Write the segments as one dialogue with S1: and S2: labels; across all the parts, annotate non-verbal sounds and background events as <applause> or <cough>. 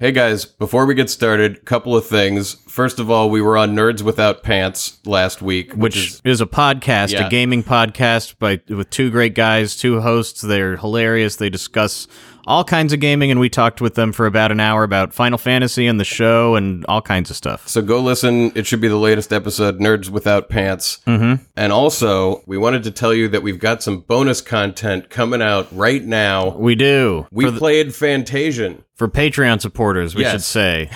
S1: Hey guys, before we get started, couple of things. First of all, we were on Nerds Without Pants last week,
S2: which is, a podcast,
S1: Yeah.
S2: a gaming podcast by with two great guys, two hosts. They're hilarious. They discuss all kinds of gaming, and we talked with them for about an hour about Final Fantasy and the show and all kinds of stuff.
S1: So go listen. It should be the latest episode, Nerds Without Pants. Mm-hmm. And also, we wanted to tell you that we've got some bonus content coming out right now.
S2: We do
S1: We
S2: for, the-
S1: played Fantasian.
S2: for Patreon supporters. We
S1: Yes.
S2: should say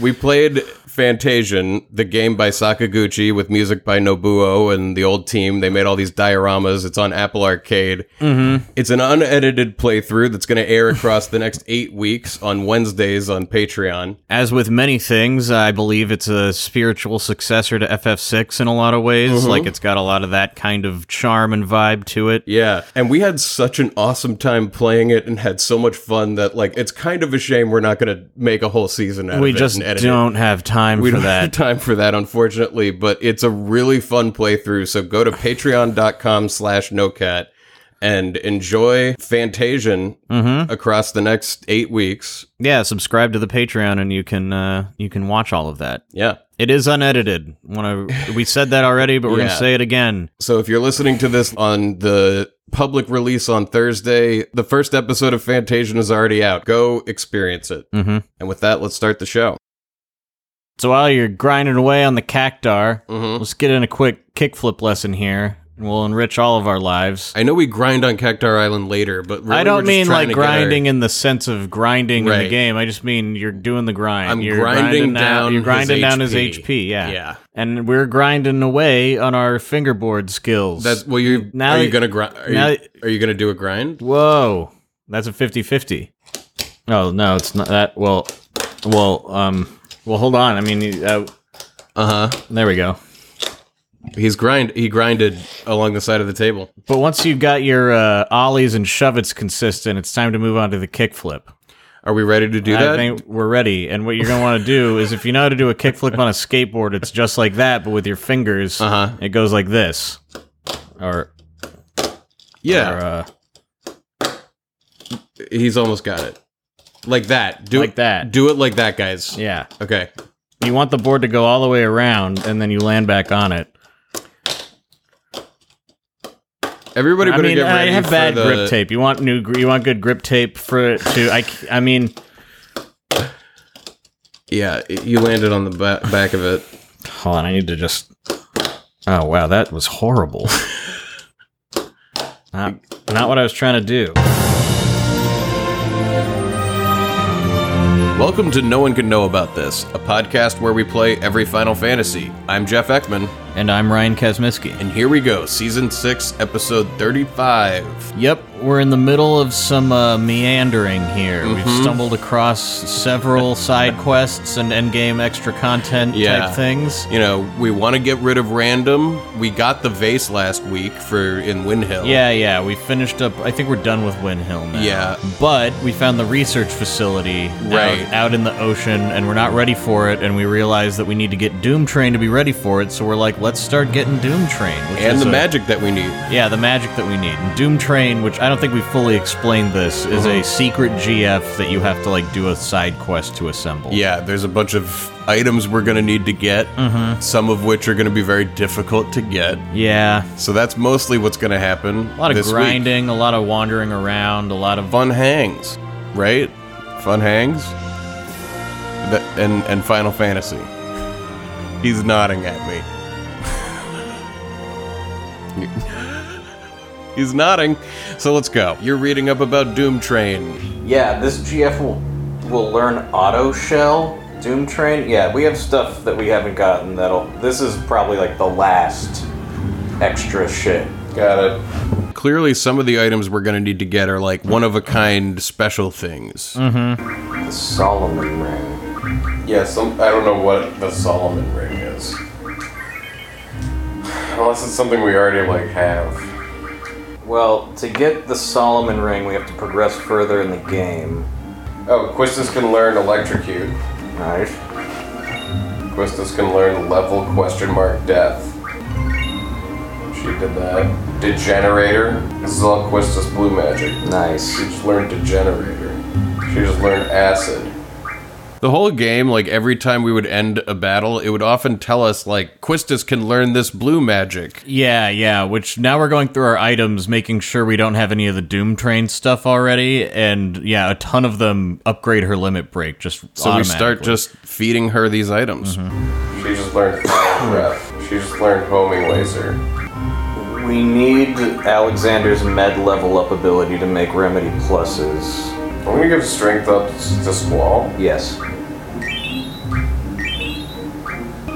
S1: We played Fantasian, the game by Sakaguchi with music by Nobuo and the old team. They made all these dioramas. It's on Apple Arcade. Mm-hmm. It's an unedited playthrough that's going to air across the next eight weeks on Wednesdays on Patreon.
S2: As with many things, I believe it's a spiritual successor to FF6 in a lot of ways.
S1: Mm-hmm.
S2: Like it's got a lot of that kind of charm and vibe to it.
S1: Yeah, and we had such an awesome time playing it and had so much fun that like it's kind of a shame we're not going to make a whole season out
S2: we
S1: of it.
S2: just
S1: and edit it.
S2: don't have time
S1: We
S2: for
S1: don't have <laughs>
S2: that.
S1: time for that, unfortunately, but it's a really fun playthrough. So go to patreon.com slash nocat and enjoy Fantasian
S2: Mm-hmm.
S1: across the next eight weeks.
S2: Yeah, subscribe to the Patreon and you can uh, you can watch all of that.
S1: Yeah.
S2: It is unedited. Wanna, we said that already, but we're
S1: Yeah.
S2: gonna say it again.
S1: So if you're listening to this on the public release on Thursday, the first episode of Fantasian is already out. Go experience it.
S2: hmm
S1: And with that, let's start the show.
S2: So while you're grinding away on the cactar,
S1: Mm-hmm.
S2: let's get in a quick kickflip lesson here, and we'll enrich all of our lives.
S1: I know we grind on Cactar Island later, but really
S2: I
S1: we're
S2: don't
S1: just
S2: mean
S1: trying
S2: like
S1: to get our-
S2: grinding in the sense of grinding in
S1: Right.
S2: the game. I just mean you're doing the grind.
S1: I'm
S2: you're
S1: grinding down
S2: You're grinding
S1: his
S2: down his
S1: HP.
S2: HP. Yeah.
S1: yeah.
S2: And we're grinding away on our fingerboard skills.
S1: That's well. You
S2: Now
S1: are you
S2: that-
S1: gonna grind? Are,
S2: now
S1: you,
S2: that-
S1: are you gonna do a grind?
S2: Whoa. That's a 50-50. Oh, no, it's not that. Well, well, um, well, hold on. I mean, you- uh,
S1: Uh huh.
S2: there we go.
S1: He's grind. He grinded along the side of the table.
S2: But once you've got your uh, ollies and shove-its consistent, it's time to move on to the kickflip.
S1: Are we ready to do
S2: I
S1: that?
S2: think we're ready. And what you're going to want to do is if you know how to do a kickflip on a skateboard, it's just like that, but with your fingers,
S1: Uh-huh.
S2: it goes like this. Or,
S1: yeah.
S2: or uh,
S1: He's almost got it. Like that. Do
S2: Like
S1: it,
S2: that.
S1: Do it like that, guys.
S2: yeah.
S1: Okay.
S2: You want the board to go all the way around, and then you land back on it.
S1: Everybody
S2: I
S1: better
S2: mean,
S1: get
S2: I
S1: ready
S2: have
S1: for
S2: bad
S1: the-
S2: grip tape. You want new? gr- You want good grip tape for it to? I, c- I mean,
S1: Yeah, it- you landed on the ba- back of it.
S2: hold on. I need to just. Oh wow, that was horrible. <laughs> not, not what I was trying to do.
S1: Welcome to No One Can Know About This, a podcast where we play every Final Fantasy. I'm Jeff Ekman,
S2: And I'm Ryan Kazmiski.
S1: and here we go, season six, episode thirty-five.
S2: Yep, we're in the middle of some uh, meandering here. We've
S1: Mm-hmm.
S2: stumbled across several side quests and endgame extra content
S1: Yeah.
S2: type things.
S1: You know, we want to get rid of random. We got the vase last week for in Windhill.
S2: Yeah, yeah, we finished up. I think we're done with Windhill now.
S1: Yeah.
S2: But we found the research facility out-
S1: Right.
S2: out, in the ocean, and we're not ready for it, and we realize that we need to get Doom Train to be ready for it, so we're like, let's start getting Doom Train. Which
S1: And
S2: is
S1: the
S2: a-
S1: magic that we need.
S2: Yeah, the magic that we need. And Doom Train, which I don't think we fully explained this, is
S1: Uh-huh.
S2: a secret GF that you have to like do a side quest to assemble.
S1: Yeah, there's a bunch of items we're going to need to get,
S2: Mm-hmm.
S1: some of which are going to be very difficult to get.
S2: Yeah.
S1: So that's mostly what's going to happen.
S2: A lot of
S1: this week.
S2: grinding, a lot of wandering around, a lot of
S1: Fun hangs, right? Fun hangs? Th- and, and Final Fantasy. He's nodding at me. <laughs> He's nodding. So let's go. You're reading up about Doom Train.
S2: Yeah, this GF will will learn auto shell, doom train. Yeah, we have stuff that we haven't gotten that'll this is probably like the last extra shit.
S1: Got it. Clearly, some of the items we're going to need to get are like one of a kind special things.
S2: The Solomon ring.
S1: Mm. Yeah, some, I don't know what the Solomon ring is. Unless it's something we already like have.
S2: Well, to get the Solomon ring we have to progress further in the game.
S1: Oh, Quistis can learn electrocute.
S2: Nice.
S1: Quistis can learn level question mark death. She did that. Degenerator. This is all Quistis blue magic.
S2: Nice.
S1: She just learned degenerator. She just learned acid. The whole game, like every time we would end a battle, it would often tell us like Quistis can learn this blue magic.
S2: Yeah, yeah. Which now we're going through our items, making sure we don't have any of the Doom Train stuff already. And yeah, a ton of them upgrade her limit break just
S1: So we start
S2: automatically. Mm-hmm.
S1: just feeding her these items. She just learned She just learned homing laser.
S3: We need Alexander's med level up ability to make remedy pluses.
S1: I'm gonna give strength up to Squall.
S3: Yes.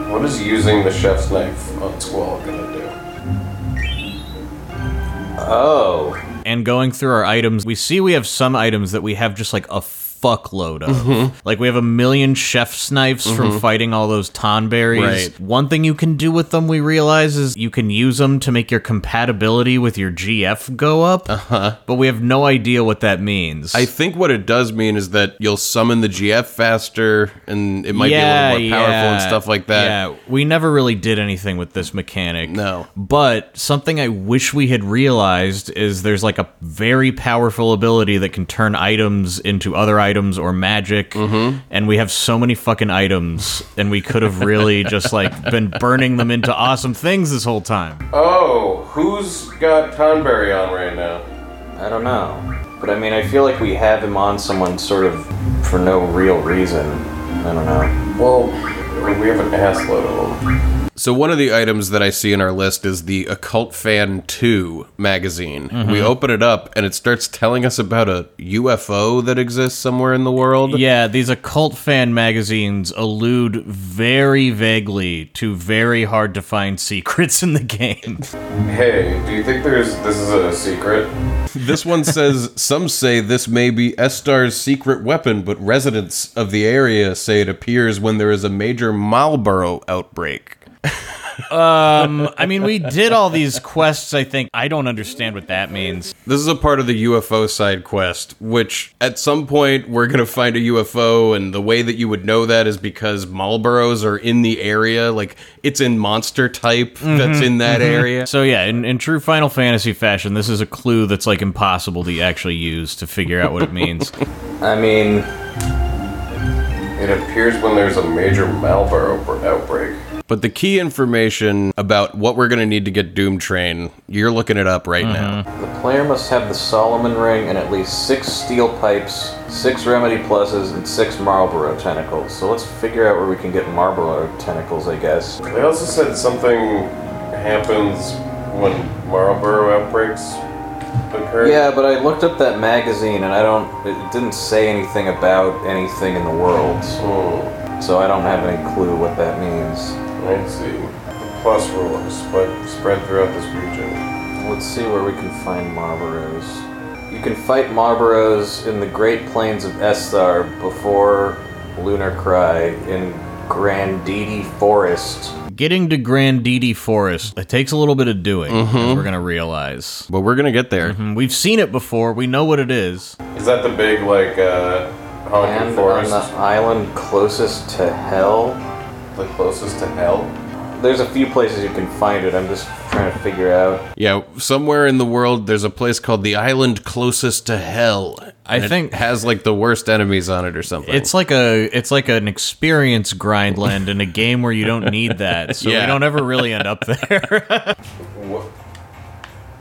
S1: What is using the chef's knife on Squall gonna do?
S3: Oh.
S2: and going through our items, we see we have some items that we have just like a fuckload of.
S1: Mm-hmm.
S2: Like we have a million chef's knives from fighting all those tonberries.
S1: Right.
S2: One thing you can do with them, we realize, is you can use them to make your compatibility with your GF go up. Uh-huh. But we have no idea what that means.
S1: I think what it does mean is that you'll summon the GF faster, and it might be a little more powerful and
S2: yeah,
S1: stuff like that.
S2: Yeah, we never really did anything with this mechanic.
S1: No.
S2: But something I wish we had realized is there's like a very powerful ability that can turn items into other items or magic. And we have so many fucking items, and we could have really just like been burning them into awesome things this whole time.
S1: Oh, who's got Tonberry on right now?
S3: I don't know. But I mean, I feel like we have him on someone sort of for no real reason. I don't know.
S1: Well, we have an assload of them. So one of the items that I see in our list is the Occult Fan 2 magazine. We open it up and it starts telling us about a UFO that exists somewhere in the world.
S2: Yeah, these occult fan magazines allude very vaguely to very hard to find <laughs> secrets in the game.
S4: Hey, do you think there's this is a secret?
S1: <laughs> This one says some say this may be Estar's secret weapon, but residents of the area say it appears when there is a major Marlboro outbreak.
S2: Um, I mean, we did all these quests. I think I don't understand what that means.
S1: This is a part of the UFO side quest, which at some point we're going to find a UFO, and the way that you would know that is because Marlboros are in the area. Like, it's in monster type that's in that area.
S2: So yeah, in, in true Final Fantasy fashion, this is a clue that's like impossible to actually use to figure out what it means.
S3: I mean,
S4: It appears when there's a major Marlboro br- outbreak.
S1: But the key information about what we're going to need to get Doom Train, you're looking it up right now.
S3: the player must have the Solomon Ring and at least six steel pipes, six Remedy Pluses, and six Marlboro tentacles. So let's figure out where we can get Marlboro tentacles, I guess.
S4: They also said something happens when Marlboro outbreaks occur.
S3: Yeah, but I looked up that magazine and I don't. It didn't say anything about anything in the world.
S4: Hmm,
S3: So I don't have any clue what that means.
S4: I see. The plus rule is spread, spread throughout this region.
S3: Let's see where we can find Marlboros. You can fight Marlboros in the Great Plains of Esthar before Lunar Cry in Grandidi Forest.
S2: Getting to Grand Didi Forest it takes a little bit of doing. as We're gonna realize
S1: But we're going to get there.
S2: And we've seen it before. We know what it is.
S4: Is that the big like uh honking
S3: And on
S4: forest?
S3: the island closest to hell.
S4: The closest to hell?
S3: There's a few places you can find it. I'm just trying to figure out.
S1: Yeah, somewhere in the world, there's a place called the island closest to hell.
S2: I
S1: And it
S2: think-
S1: has like the worst enemies on it or something.
S2: It's like a it's like an experience grindland in a game where you don't need that, so
S1: Yeah.
S2: we don't ever really end up there.
S3: <laughs>
S4: What?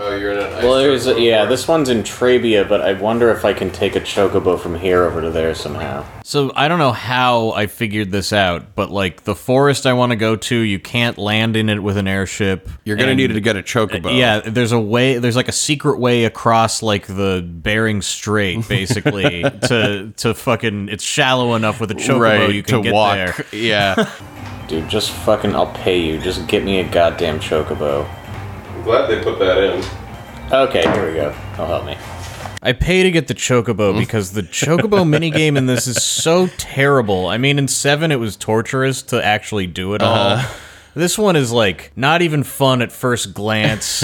S4: Oh, you're in an ice circle.
S3: yeah, this one's in Trabia, but I wonder if I can take a chocobo from here over to there somehow.
S2: So I don't know how I figured this out, but like the forest I want to go to, you can't land in it with an airship.
S1: You're gonna
S2: And- uh,
S1: need to get a chocobo.
S2: Yeah, there's a way. There's like a secret way across, like the Bering Strait,
S1: <laughs>
S2: basically. to to fucking, it's shallow enough with a chocobo
S1: right.
S2: you can
S1: to
S2: get
S1: walk.
S2: there.
S1: <laughs>
S2: <laughs>
S1: Yeah,
S3: Dude, just fucking, I'll pay you. Just get me a goddamn chocobo.
S4: I'm glad they put that in.
S3: Okay, here we go. He'll help me. Hmm?
S2: I pay to get the chocobo because the
S3: <laughs>
S2: chocobo minigame in this is so terrible. I mean, in seven it was torturous to actually do it
S3: Uh-huh.
S2: all. This one is like not even fun at first
S3: <laughs>
S2: glance,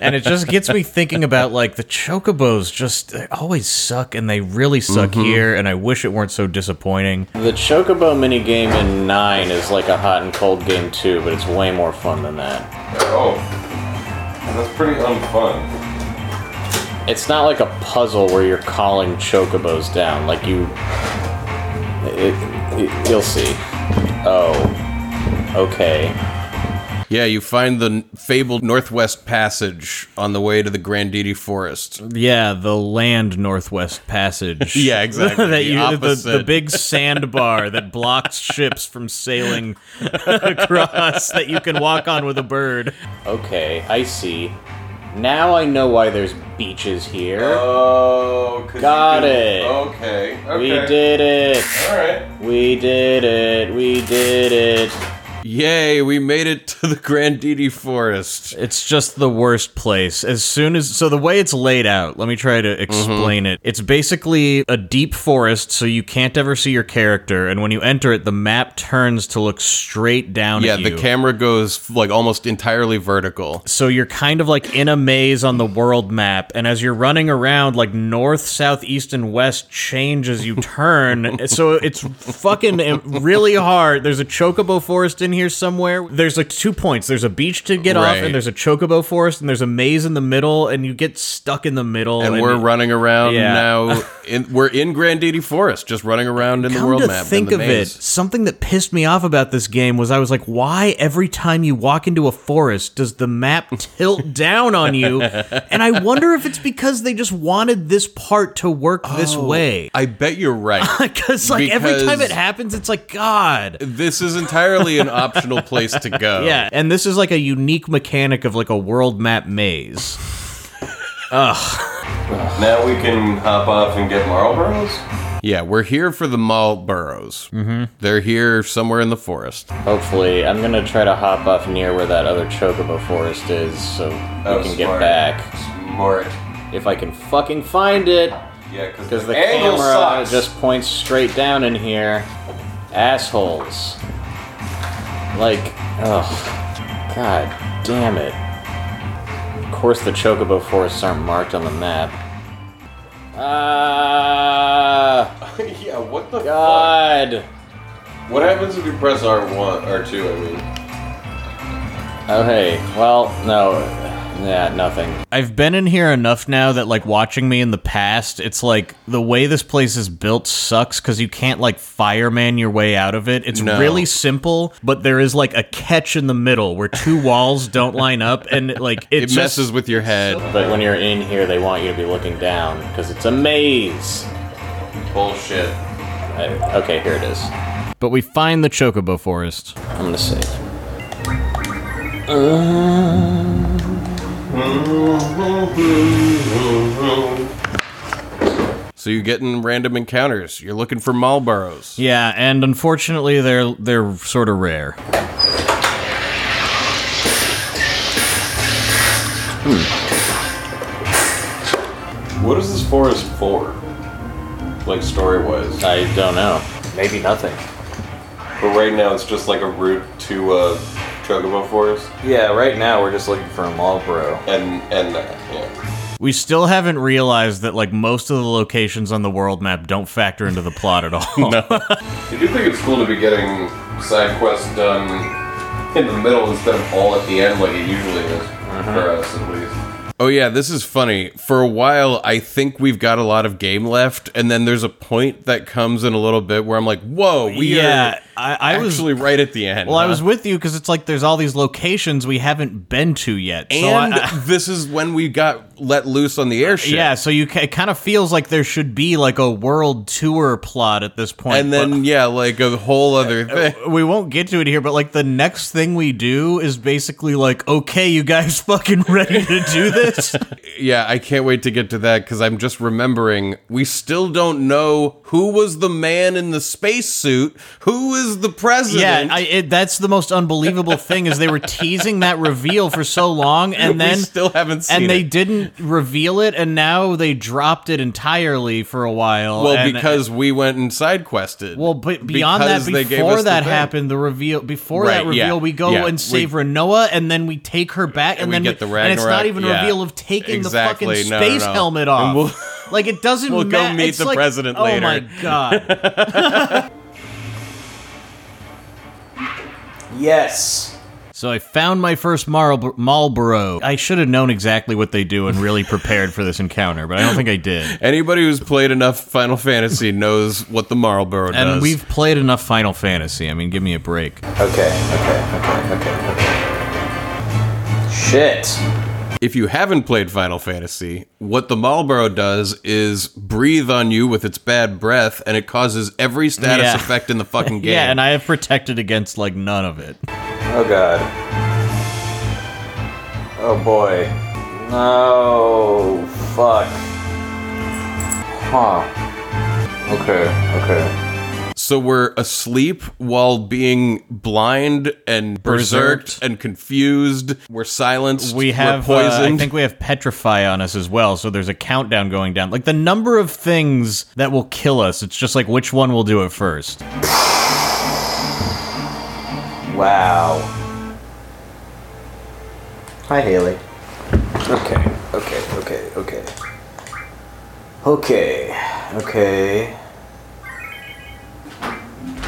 S2: and it just gets me thinking about like the chocobos. Just they always suck, and they really suck here. And I wish it weren't so disappointing.
S3: Mm-hmm. The Chocobo minigame in 9 is like a hot and cold game too, but it's way more fun than that.
S4: Oh. That's pretty um, unfun.
S3: It's not like a puzzle where you're calling Chocobos down. Like you. It, Y- You'll see. Oh. Okay.
S1: Yeah, you find the n- fabled Northwest Passage on the way to the Granditi Forest.
S2: Yeah, the land Northwest Passage.
S1: <laughs> Yeah, exactly,
S2: <laughs> that
S1: the
S2: you, the, the
S1: opposite.
S2: big
S1: <laughs>
S2: sandbar that blocks ships from sailing across that you can walk on with a bird.
S3: Okay, I see. Now I know why there's beaches here.
S4: Oh, 'cause you
S3: Got
S4: can-
S3: it.
S4: Okay. Okay.
S3: We did it!
S4: All right.
S3: We did it! We did it!
S1: Yay, we made it to the Granditi Forest.
S2: It's just the worst place. As soon as so the way it's laid out, let me try
S1: Mm-hmm.
S2: to explain it. It's basically a deep forest so you can't ever see your character and when you enter it the map turns to look straight down
S1: Yeah,
S2: at you.
S1: the camera goes like almost entirely vertical.
S2: so you're kind of like in a maze on the world map and as you're running around like north south east and west change as you turn so it's fucking um, really hard there's a chocobo forest in here somewhere there's like two points there's a beach to get off
S1: Right.
S2: and there's a chocobo forest and there's a maze in the middle and you get stuck in the middle
S1: And we're running around
S2: Yeah. <laughs>
S1: now. In, we're in Granditi Forest, just running around in the
S2: Come
S1: world
S2: to
S1: map. in
S2: think
S1: the
S2: of it,
S1: maze.
S2: something that pissed me off about this game was I was like, why every time you walk into a forest does the map <laughs> tilt down
S1: <laughs>
S2: on you? And I wonder if it's because they just wanted this part to work this way. <laughs>
S1: I bet you're right.
S2: Because like every
S1: Oh.
S2: time
S1: Because- Oh.
S2: it happens, it's like God.
S1: this is entirely an optional place to go.
S2: Yeah, and this is like a unique mechanic of like a world map maze.
S4: Now we can hop off and get Marlboros.
S1: Yeah, we're here for the Marlboros. Mm-hmm. They're here somewhere in the forest.
S3: Hopefully, I'm gonna try to hop off near where that other chocobo forest is so
S4: Oh,
S3: we can get
S4: smart.
S3: back.
S4: Smart.
S3: If I can fucking find it!
S4: Yeah, because
S3: Because
S4: the,
S3: the
S4: angle
S3: camera
S4: sucks.
S3: just points straight down in here. Assholes. Like, ugh. God damn it. Of course, the chocobo forests aren't marked on the map. Ah!
S4: <laughs> yeah, what the
S3: God!
S4: fuck? What happens if you press R1, R2, I mean?
S3: Okay, well, no. Yeah, nothing.
S2: I've been in here enough now that like watching me in the past, it's like the way this place is built sucks because you can't like fireman your way out of it. It's
S1: No.
S2: really simple, but there is like a catch in the middle
S1: <laughs>
S2: where two walls don't line up and like it,
S1: It
S2: just-
S1: messes with your head.
S3: But when you're in here, they want you to be looking down, because it's a maze!
S4: Bullshit.
S3: Uh, okay, here it is.
S2: But we find the chocobo forest.
S3: I'm gonna save.
S1: So you get in random encounters. You're looking for Marlboros.
S2: Yeah, and unfortunately they're they're sort of rare.
S4: What is this forest for? Like, story wise.
S3: I don't know. Maybe nothing.
S4: But right now, it's just like a route to uh, Chocobo Forest.
S3: Yeah, right now we're just looking for a Marlboro.
S4: And, and, uh, yeah.
S2: We still haven't realized that like most of the locations on the world map don't factor into the plot at
S3: <laughs>
S2: all.
S4: I do think it's cool to be getting side quests done in the middle instead of all at the end, like it usually is.
S2: Mm-hmm.
S4: For uh, us, at least.
S1: Oh yeah, this is funny. For a while, I think we've got a lot of game left, and then there's a point that comes in a little bit where I'm like, "Whoa, we
S2: <laughs> yeah,
S1: are
S2: I, I was
S1: actually right at the end."
S2: Well, I
S1: huh? <laughs>
S2: was with you because it's like there's all these locations we haven't been to yet. So I-
S1: and
S3: <laughs>
S2: I-
S1: <laughs> this is when we got let loose on the airship.
S2: yeah, so you ca- it kind of feels like there should be like a world tour plot at this point.
S1: and then yeah, like a
S2: uh,
S1: whole other thing.
S2: but <laughs> we won't get to it here, but like the next thing we do is basically like, okay, you guys <laughs> fucking ready to do this?
S1: <laughs> Yeah, I can't wait to get to that because I'm just remembering we still don't know who was the man in the spacesuit, who is the
S2: yeah,
S1: president.
S2: I, it, that's the most unbelievable thing is they were teasing that reveal for so long, and then
S1: we still haven't seen
S2: and they
S1: it.
S2: didn't reveal it, and now they dropped it entirely for a while.
S1: Well,
S2: and-
S1: because we went and side quested.
S2: Well, but beyond
S1: Because
S2: that,
S1: they gave
S2: before
S1: us the
S2: that
S1: thing.
S2: happened, the reveal before that
S1: Right, yeah,
S2: reveal, we go
S1: yeah,
S2: and
S1: we-
S2: save Renoa, and then we take her back, and,
S1: we
S2: then
S1: get the
S2: and it's not
S1: Ragnarok,
S2: even a
S1: yeah.
S2: reveal of taking the
S1: Exactly,
S2: fucking
S1: no, no,
S2: space
S1: no.
S2: helmet
S1: And
S2: off.
S1: we'll-
S2: <laughs> like it doesn't.
S1: We'll go
S2: ma-
S1: meet
S2: it's
S1: the
S2: like-
S1: president
S2: Oh my
S1: later.
S2: god!
S1: <laughs>
S3: Yes!
S5: So I found my first Marl- Marlboro. I should have known exactly what they do and really prepared for this encounter, but I don't think I
S1: <laughs>
S5: did.
S1: Anybody who's played enough Final Fantasy knows what the Marlboro does.
S5: And we've played enough Final Fantasy. I mean, give me a break.
S2: Okay, okay, okay, okay, okay. Shit.
S1: if you haven't played Final Fantasy, what the Marlboro does is breathe on you with its bad breath, and it causes every status
S5: Yeah.
S1: effect in the fucking
S2: <laughs>
S1: game.
S5: Yeah, and I have protected against like none of it.
S2: Oh god. Oh boy. No. Fuck. Huh. Okay, okay.
S1: so we're asleep while being blind and berserked
S5: Berserked.
S1: and confused. We're silenced.
S5: We have
S1: we're
S5: uh, I
S1: poisoned.
S5: think we have petrify on us as well, so there's a countdown going down. Like the number of things that will kill us, it's just like which one will do it first.
S2: Wow. Hi, Haley. Okay, okay, okay, okay. Okay, okay.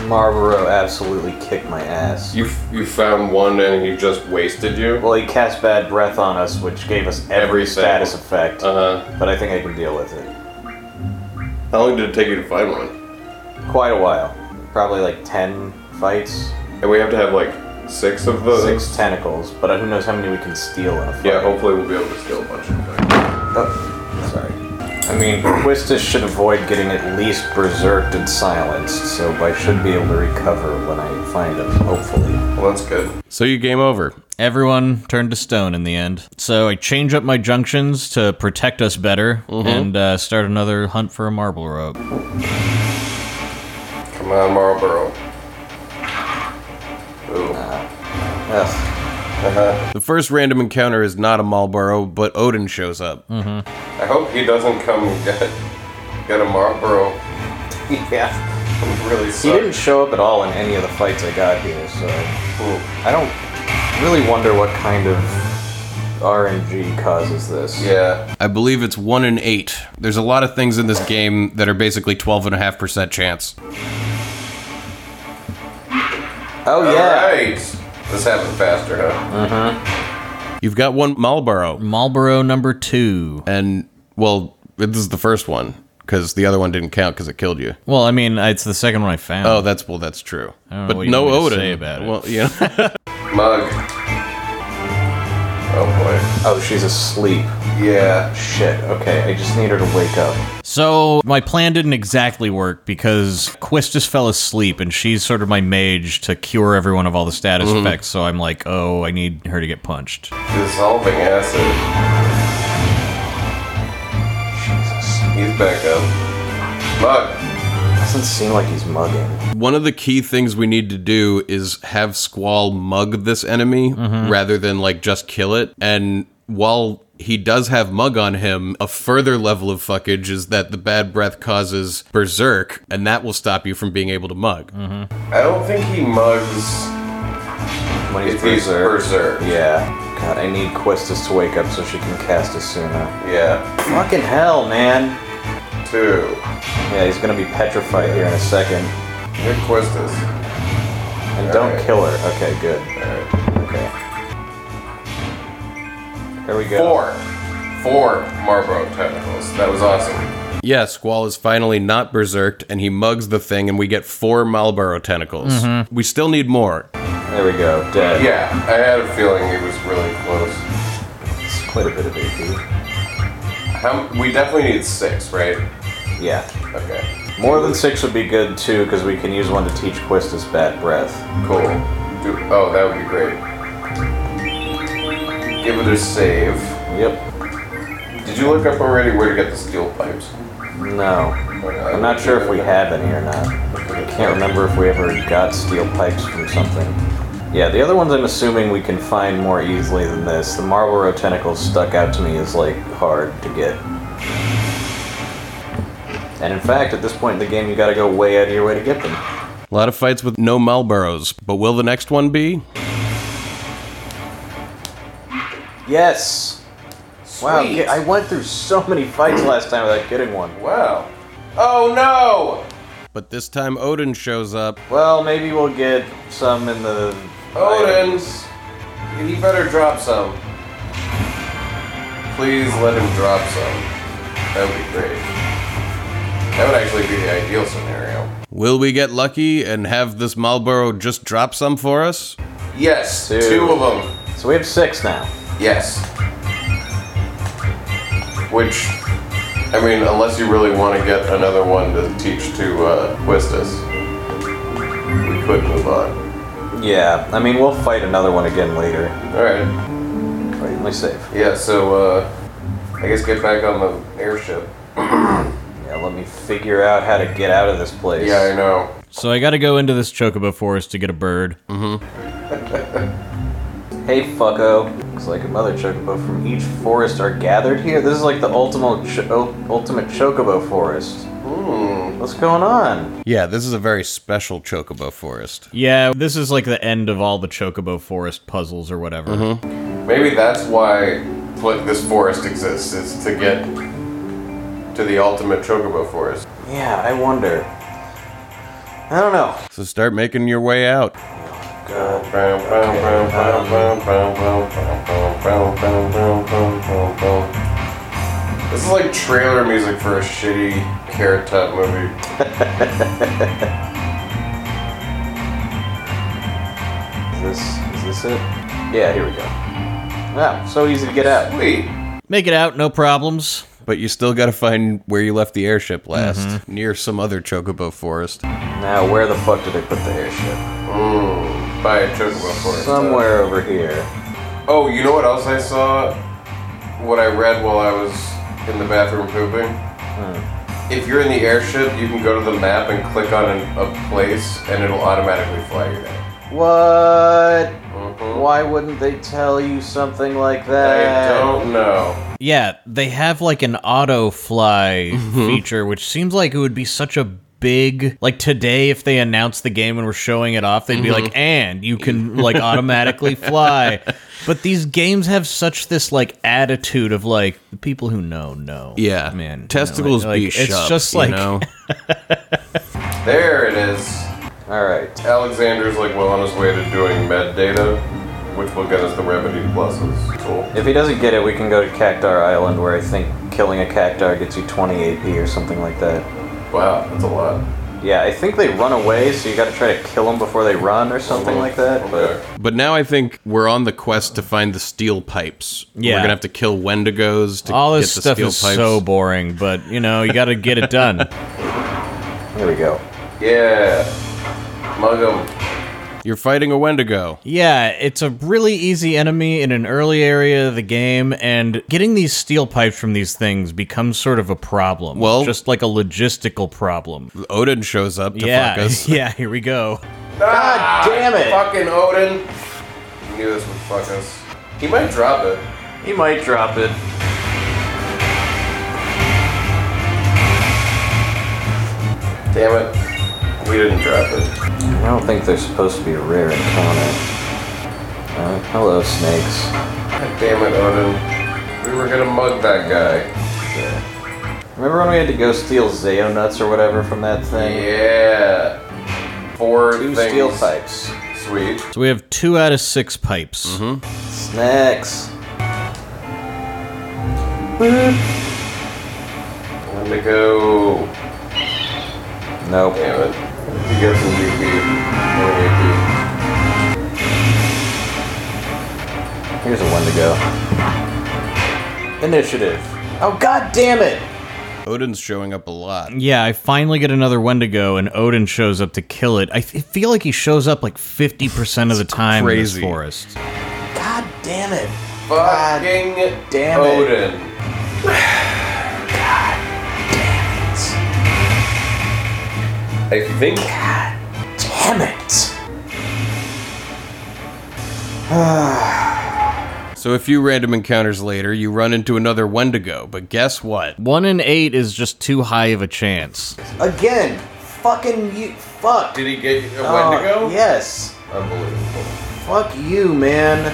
S2: Marlboro absolutely kicked my ass.
S4: You f- you found one and he just wasted you.
S2: Well, he cast bad breath on us, which gave us every
S4: Everything.
S2: status effect.
S4: Uh huh.
S2: But I think I can deal with it.
S4: How long did it take you to find one?
S2: Quite a while. Probably like 10 fights,
S4: And we have to have like six of those.
S2: six tentacles, but who knows how many we can steal in a fight.
S4: Yeah. Hopefully we'll be able to steal a bunch of them.
S2: Oh, sorry. I mean, Quistis should avoid getting at least berserked and silenced, so I should be able to recover when I find him, hopefully.
S4: Well, that's good.
S1: so you game over.
S5: Everyone turned to stone in the end. So I change up my junctions to protect us better
S4: Mm-hmm.
S5: and uh, start another hunt for a marble rope.
S4: Come on, Marlboro. Ooh.
S2: Ugh. <laughs>
S1: The first random encounter is not a Marlboro, but Odin shows up.
S4: Mm-hmm. I hope he doesn't come get get a Marlboro.
S2: yeah.
S4: I'm really
S2: He didn't
S4: sorry.
S2: show up at all in any of the fights I got here, so.
S4: Ooh.
S2: I don't really wonder what kind of RNG causes this.
S4: Yeah.
S1: I believe it's 1 in 8. There's a lot of things in this game that are basically 12.5% chance.
S2: Oh yeah.
S4: Alright. This happened faster, huh?
S2: Mm-hmm.
S1: You've got one Marlboro.
S5: Marlboro number two.
S1: and well, this is the first one because the other one didn't count because it killed you.
S5: Well, I mean, it's the second one I found.
S1: Oh, that's well, that's true.
S5: don't know
S1: But
S5: what you
S1: no
S5: want me to
S1: Odin.
S5: say about it.
S1: Well, you know, <laughs>
S4: Mug. Oh
S2: Oh, she's asleep.
S4: boy. Yeah.
S2: Shit. Okay, I just need her to wake up.
S5: So my plan didn't exactly work because Quistis fell asleep, and she's sort of my mage to cure everyone of all the status
S2: Mm-hmm.
S5: effects. So I'm like, oh, I need her to get punched.
S4: Dissolving acid.
S2: Jesus.
S4: He's back up. Mug.
S2: Doesn't seem like he's mugging.
S1: one of the key things we need to do is have Squall mug this enemy rather than like just kill it. And while he does have mug on him, a further level of fuckage is that the bad breath causes berserk, and that will stop you from being able to mug.
S4: Mm-hmm. I don't think he mugs
S2: When he's
S4: if he's
S2: berserk.
S4: berserk.
S2: yeah. God, I need Quistis to wake up so she can cast Asuna.
S4: Yeah.
S2: Fucking hell, man.
S4: Two.
S2: Yeah, he's gonna be petrified here in a second.
S4: Good quistis.
S2: And don't
S4: Alright.
S2: kill her. Okay, good. Okay. There we go.
S4: Four. Four Marlboro tentacles. That was awesome.
S1: Yeah, Squall is finally not berserked, and he mugs the thing, and we get four Marlboro tentacles. We still need more.
S2: There we go. Dead.
S4: Yeah, I had a feeling it was really close.
S2: It's quite a bit of AP.
S4: How, we definitely need six, right?
S2: Yeah.
S4: Okay,
S2: More than six would be good too, because we can use one to teach Quistis bad breath.
S4: cool. Do, oh, that would be great. Give it a save.
S2: Yep.
S4: Did you look up already where to get the steel pipes?
S2: No. I'm not sure if we have any or not. I can't remember if we ever got steel pipes from something. Yeah, the other ones I'm assuming we can find more easily than this. The Marlboro tentacles stuck out to me as like hard to get. And in fact, at this point in the game, you gotta go way out of your way to get them.
S1: A lot of fights with no Marlboros, but will the next one be?
S2: Yes! Wow,
S4: Sweet.
S2: I went through so many fights last time without getting one.
S4: Wow. Oh no!
S1: But this time Odin shows up.
S2: Well, maybe we'll get some in the.
S4: Odin's.
S1: He better drop some. Please let him drop some. That would be great. That would actually be the ideal scenario.
S4: Will we get lucky and have this Marlboro just drop some for us?
S1: Yes,
S2: Two.
S1: two, of them.
S2: So we have six now.
S1: Yes. Which, I mean, unless you really want to get another one to teach to uh, Quistis, we could move on.
S2: Yeah, I mean, we'll fight another one again later.
S1: All right.
S2: Finally safe.
S1: Yeah. So, uh, I guess get back on the airship.
S2: Yeah, let me figure out how to get out of this place.
S1: Yeah, I know.
S6: So I gotta go into this chocobo forest to get a bird.
S1: Mm-hmm.
S2: <laughs> Hey, fucko. Looks like a mother chocobo from each forest are gathered here. This is like the ultimate cho- ul- ultimate chocobo forest.
S1: Hmm.
S2: What's going on?
S4: Yeah, this is a very special chocobo forest.
S6: Yeah, this is like the end of all the chocobo forest puzzles or whatever.
S1: Mm-hmm. Maybe that's why like, this forest exists is to get to the ultimate chocobo forest.
S2: Yeah, I wonder. I don't know.
S4: So start making your way out.
S2: God.
S1: This is like trailer music for a shitty Carrot Top movie.
S2: Is this is this it? Yeah, here we go. Wow, so easy to get out.
S1: Wait,
S6: Make it out, no problems.
S4: But you still gotta find where you left the airship last, near some other chocobo forest.
S2: Now, where the fuck did they put the airship?
S1: mm, by a chocobo
S2: uh,
S1: forest.
S2: Somewhere over here.
S1: Oh, you know what else I saw? What I read while I was in the bathroom pooping?
S6: Hmm.
S1: If you're in the airship, you can go to the map and click on an, a place, and it'll automatically fly you there.
S2: What?
S1: Mhm.
S2: Why wouldn't they tell you something like
S1: I
S2: that?
S1: don't know.
S6: Yeah, they have like an auto fly
S4: Mm-hmm.
S6: feature, which seems like it would be such a big like today if they announced the game and were showing it off, they'd be
S4: Mm-hmm.
S6: like, and you can like
S4: <laughs>
S6: automatically fly. But these games have such this like attitude of like the people who know know.
S4: Yeah,
S6: Man. you know,
S4: testicles
S6: like-
S4: be
S6: like,
S4: shup,
S6: It's just
S4: you
S6: like <laughs>
S4: know?
S1: There it is.
S2: All right.
S1: Alexander's like well on his way to doing med data, which will get us the remedy pluses tool.
S2: If he doesn't get it, we can go to Cactar Island, where I think killing a cactar gets you 20 AP or something like that.
S1: Wow, that's a lot.
S2: Yeah, I think they run away, so you got to try to kill them before they run or something like that. But
S1: Okay.
S4: But now I think we're on the quest to find the steel pipes.
S6: Yeah.
S4: We're gonna have to kill Wendigos to
S6: all this
S4: get the
S6: stuff
S4: steel
S6: is
S4: pipes.
S6: so boring, but you know, you gotta get it
S2: <laughs>
S6: done.
S2: here we go.
S1: Yeah. Mug 'em.
S4: You're fighting a Wendigo.
S6: Yeah, it's a really easy enemy in an early area of the game, and getting these steel pipes from these things becomes sort of a problem.
S4: Well-
S6: just like a logistical problem.
S4: Odin shows up to
S6: yeah,
S2: <laughs>
S4: fuck
S6: <laughs>
S4: us.
S6: yeah. Here we go.
S1: God
S2: damn it.
S1: Fucking Odin. He knew this would fuck us. He might drop it.
S2: He might drop it.
S1: Damn it. We didn't drop it.
S2: I don't think they're supposed to be a rare encounter. Uh, hello, snakes.
S1: God damn it, Odin. We were gonna mug that guy.
S2: Remember when we had to go steal Zeo nuts or whatever from that thing?
S1: Yeah. Four
S2: Two
S1: things.
S2: steel pipes.
S1: Sweet.
S6: So we have two out of six pipes.
S1: Mm-hmm.
S2: Snacks.
S1: Wendigo.
S2: Nope.
S1: Damn it. He gets some DP. More AP.
S2: Here's a one to go. Initiative. Oh god damn it!
S4: Odin's showing up a lot.
S6: Yeah, I finally get another Wendigo, and Odin shows up to kill it. I f- feel like he shows up like fifty percent of the time
S4: crazy.
S6: in this forest.
S2: God damn it! God
S1: Fucking
S2: damn it.
S3: <sighs>
S1: Odin. I think
S2: Damn it!
S4: So a few random encounters later, you run into another Wendigo. But guess what?
S6: One in eight is just too high of a chance.
S2: Again! Fucking you! Fuck!
S1: did he get a
S2: Oh,
S1: Wendigo?
S2: Yes!
S1: Unbelievable.
S2: Fuck you, man!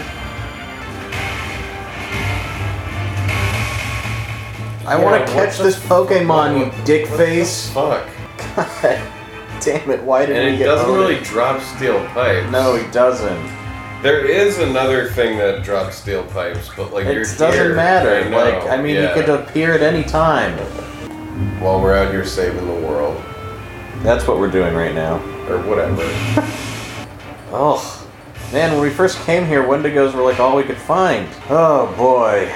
S2: I
S1: Yeah,
S2: wanna
S1: what
S2: catch
S1: the
S2: this Pokemon,
S1: what-
S2: you dick face!
S1: Fuck.
S3: <laughs>
S2: God damn it, why did
S1: And
S2: we
S1: it
S2: get
S1: doesn't
S2: Odin?
S1: really drop steel pipes.
S2: No, he doesn't.
S4: There is another thing that drops steel pipes, but like
S3: It
S4: you're
S3: doesn't
S4: here,
S3: matter.
S4: know,
S3: like, I mean,
S4: yeah.
S3: you could appear at any time.
S4: while we're out here saving the world
S3: That's what we're doing right now.
S4: or whatever.
S3: Oh, man, when we first came here, Wendigos were like all we could find. Oh boy.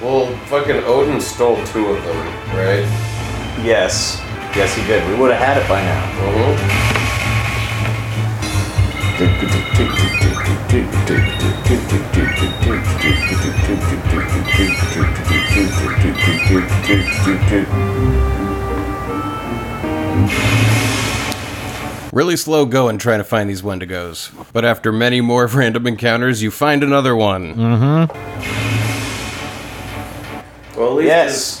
S4: well, fucking Odin stole two of them, right?
S3: Yes. Yes, he did. We would have had it by now.
S4: Mhm.
S1: Really slow going trying to find these Wendigos. But after many more <laughs> random encounters, you find another one.
S3: Mm-hmm.
S4: Well, at least it's-
S3: Yes.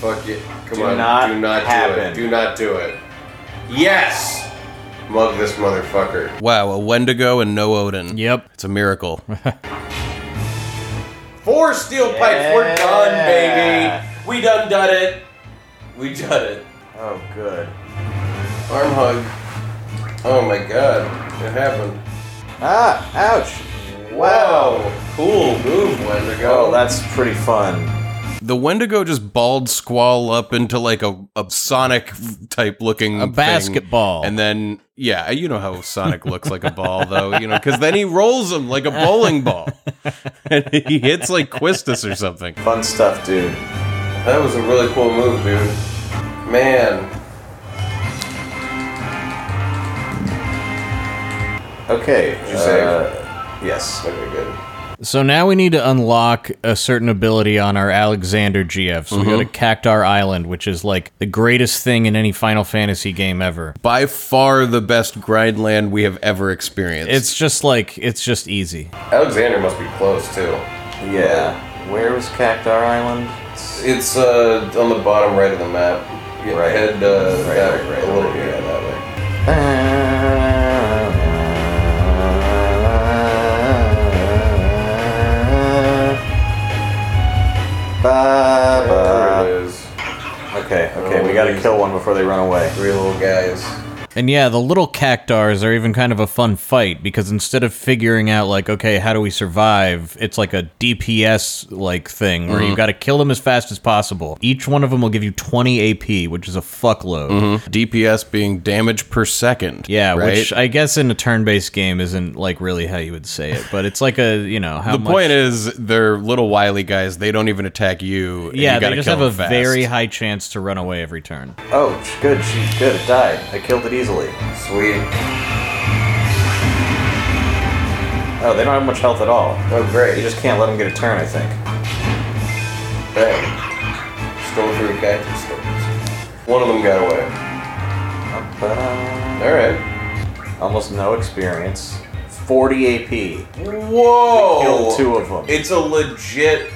S4: Fuck it. Come
S3: Do
S4: on.
S3: not
S4: do not do
S3: happen.
S4: it. Do not do it. Yes. Mug this motherfucker.
S1: Wow, a Wendigo and no Odin.
S2: Yep.
S1: It's a miracle.
S4: Four steel pipes. We're done,
S3: Yeah.
S4: baby. We done done it. We done it.
S3: Oh, good.
S4: Arm hug. Oh my god. It happened.
S3: Ah, ouch.
S4: Wow. Cool move, Wendigo.
S3: Oh, that's pretty fun.
S1: The Wendigo just balled Squall up into like a, a Sonic type looking
S2: A
S1: thing.
S2: basketball.
S1: And then, yeah, you know how Sonic looks like a ball, though, you know, because then he rolls him like a bowling
S2: <laughs>
S1: ball. and he hits like Quistis or something.
S3: Fun stuff, dude.
S4: That was a really cool move, dude. Man.
S3: Okay. uh,
S4: you save?
S3: Yes.
S4: Okay, good.
S2: So now we need to unlock a certain ability on our Alexander GF. So we go to
S3: Mm-hmm.
S2: Cactar Island, which is like the greatest thing in any Final Fantasy game ever.
S1: By far the best grindland we have ever experienced.
S2: It's just like it's just easy.
S4: Alexander must be close too.
S3: Yeah. Where was Cactar
S4: <laughs>
S3: Island?
S4: It's uh, on the bottom right of the map. You
S3: Right.
S4: Head uh,
S3: Right,
S4: that
S3: right, right,
S4: a little
S3: over here.
S4: yeah, that way.
S3: Ba,
S2: Uh,
S3: ba.
S4: there it is.
S3: Okay, okay, we gotta kill one before they run away.
S4: Three little guys.
S2: And yeah, the little cactars are even kind of a fun fight because instead of figuring out like, okay, how do we survive? It's like a DPS like thing where
S3: Mm-hmm.
S2: you got to kill them as fast as possible. Each one of them will give you 20 AP, which is a fuckload.
S3: Mm-hmm.
S1: DPS being damage per second.
S2: Yeah,
S1: right?
S2: which uh, I guess in a turn-based game isn't like really how you would say it, but it's like a you know how
S1: the
S2: much,
S1: point is, they're little wily guys. They don't even attack you. and
S2: yeah,
S1: you
S2: they
S1: gotta
S2: just
S1: kill
S2: have a
S1: them fast.
S2: very high chance to run away every turn.
S3: Oh, sh- good, she good, it died. I killed it easily.
S4: Sweet.
S3: Oh, they don't have much health at all.
S4: Oh
S3: You
S4: great.
S3: just can't let them get a turn, I think.
S4: bang. Stole through a cactus. One of them got away.
S3: Ba-da.
S4: All right.
S3: Almost no experience. 40 AP.
S4: Whoa.
S3: Killed two of them.
S4: It's a legit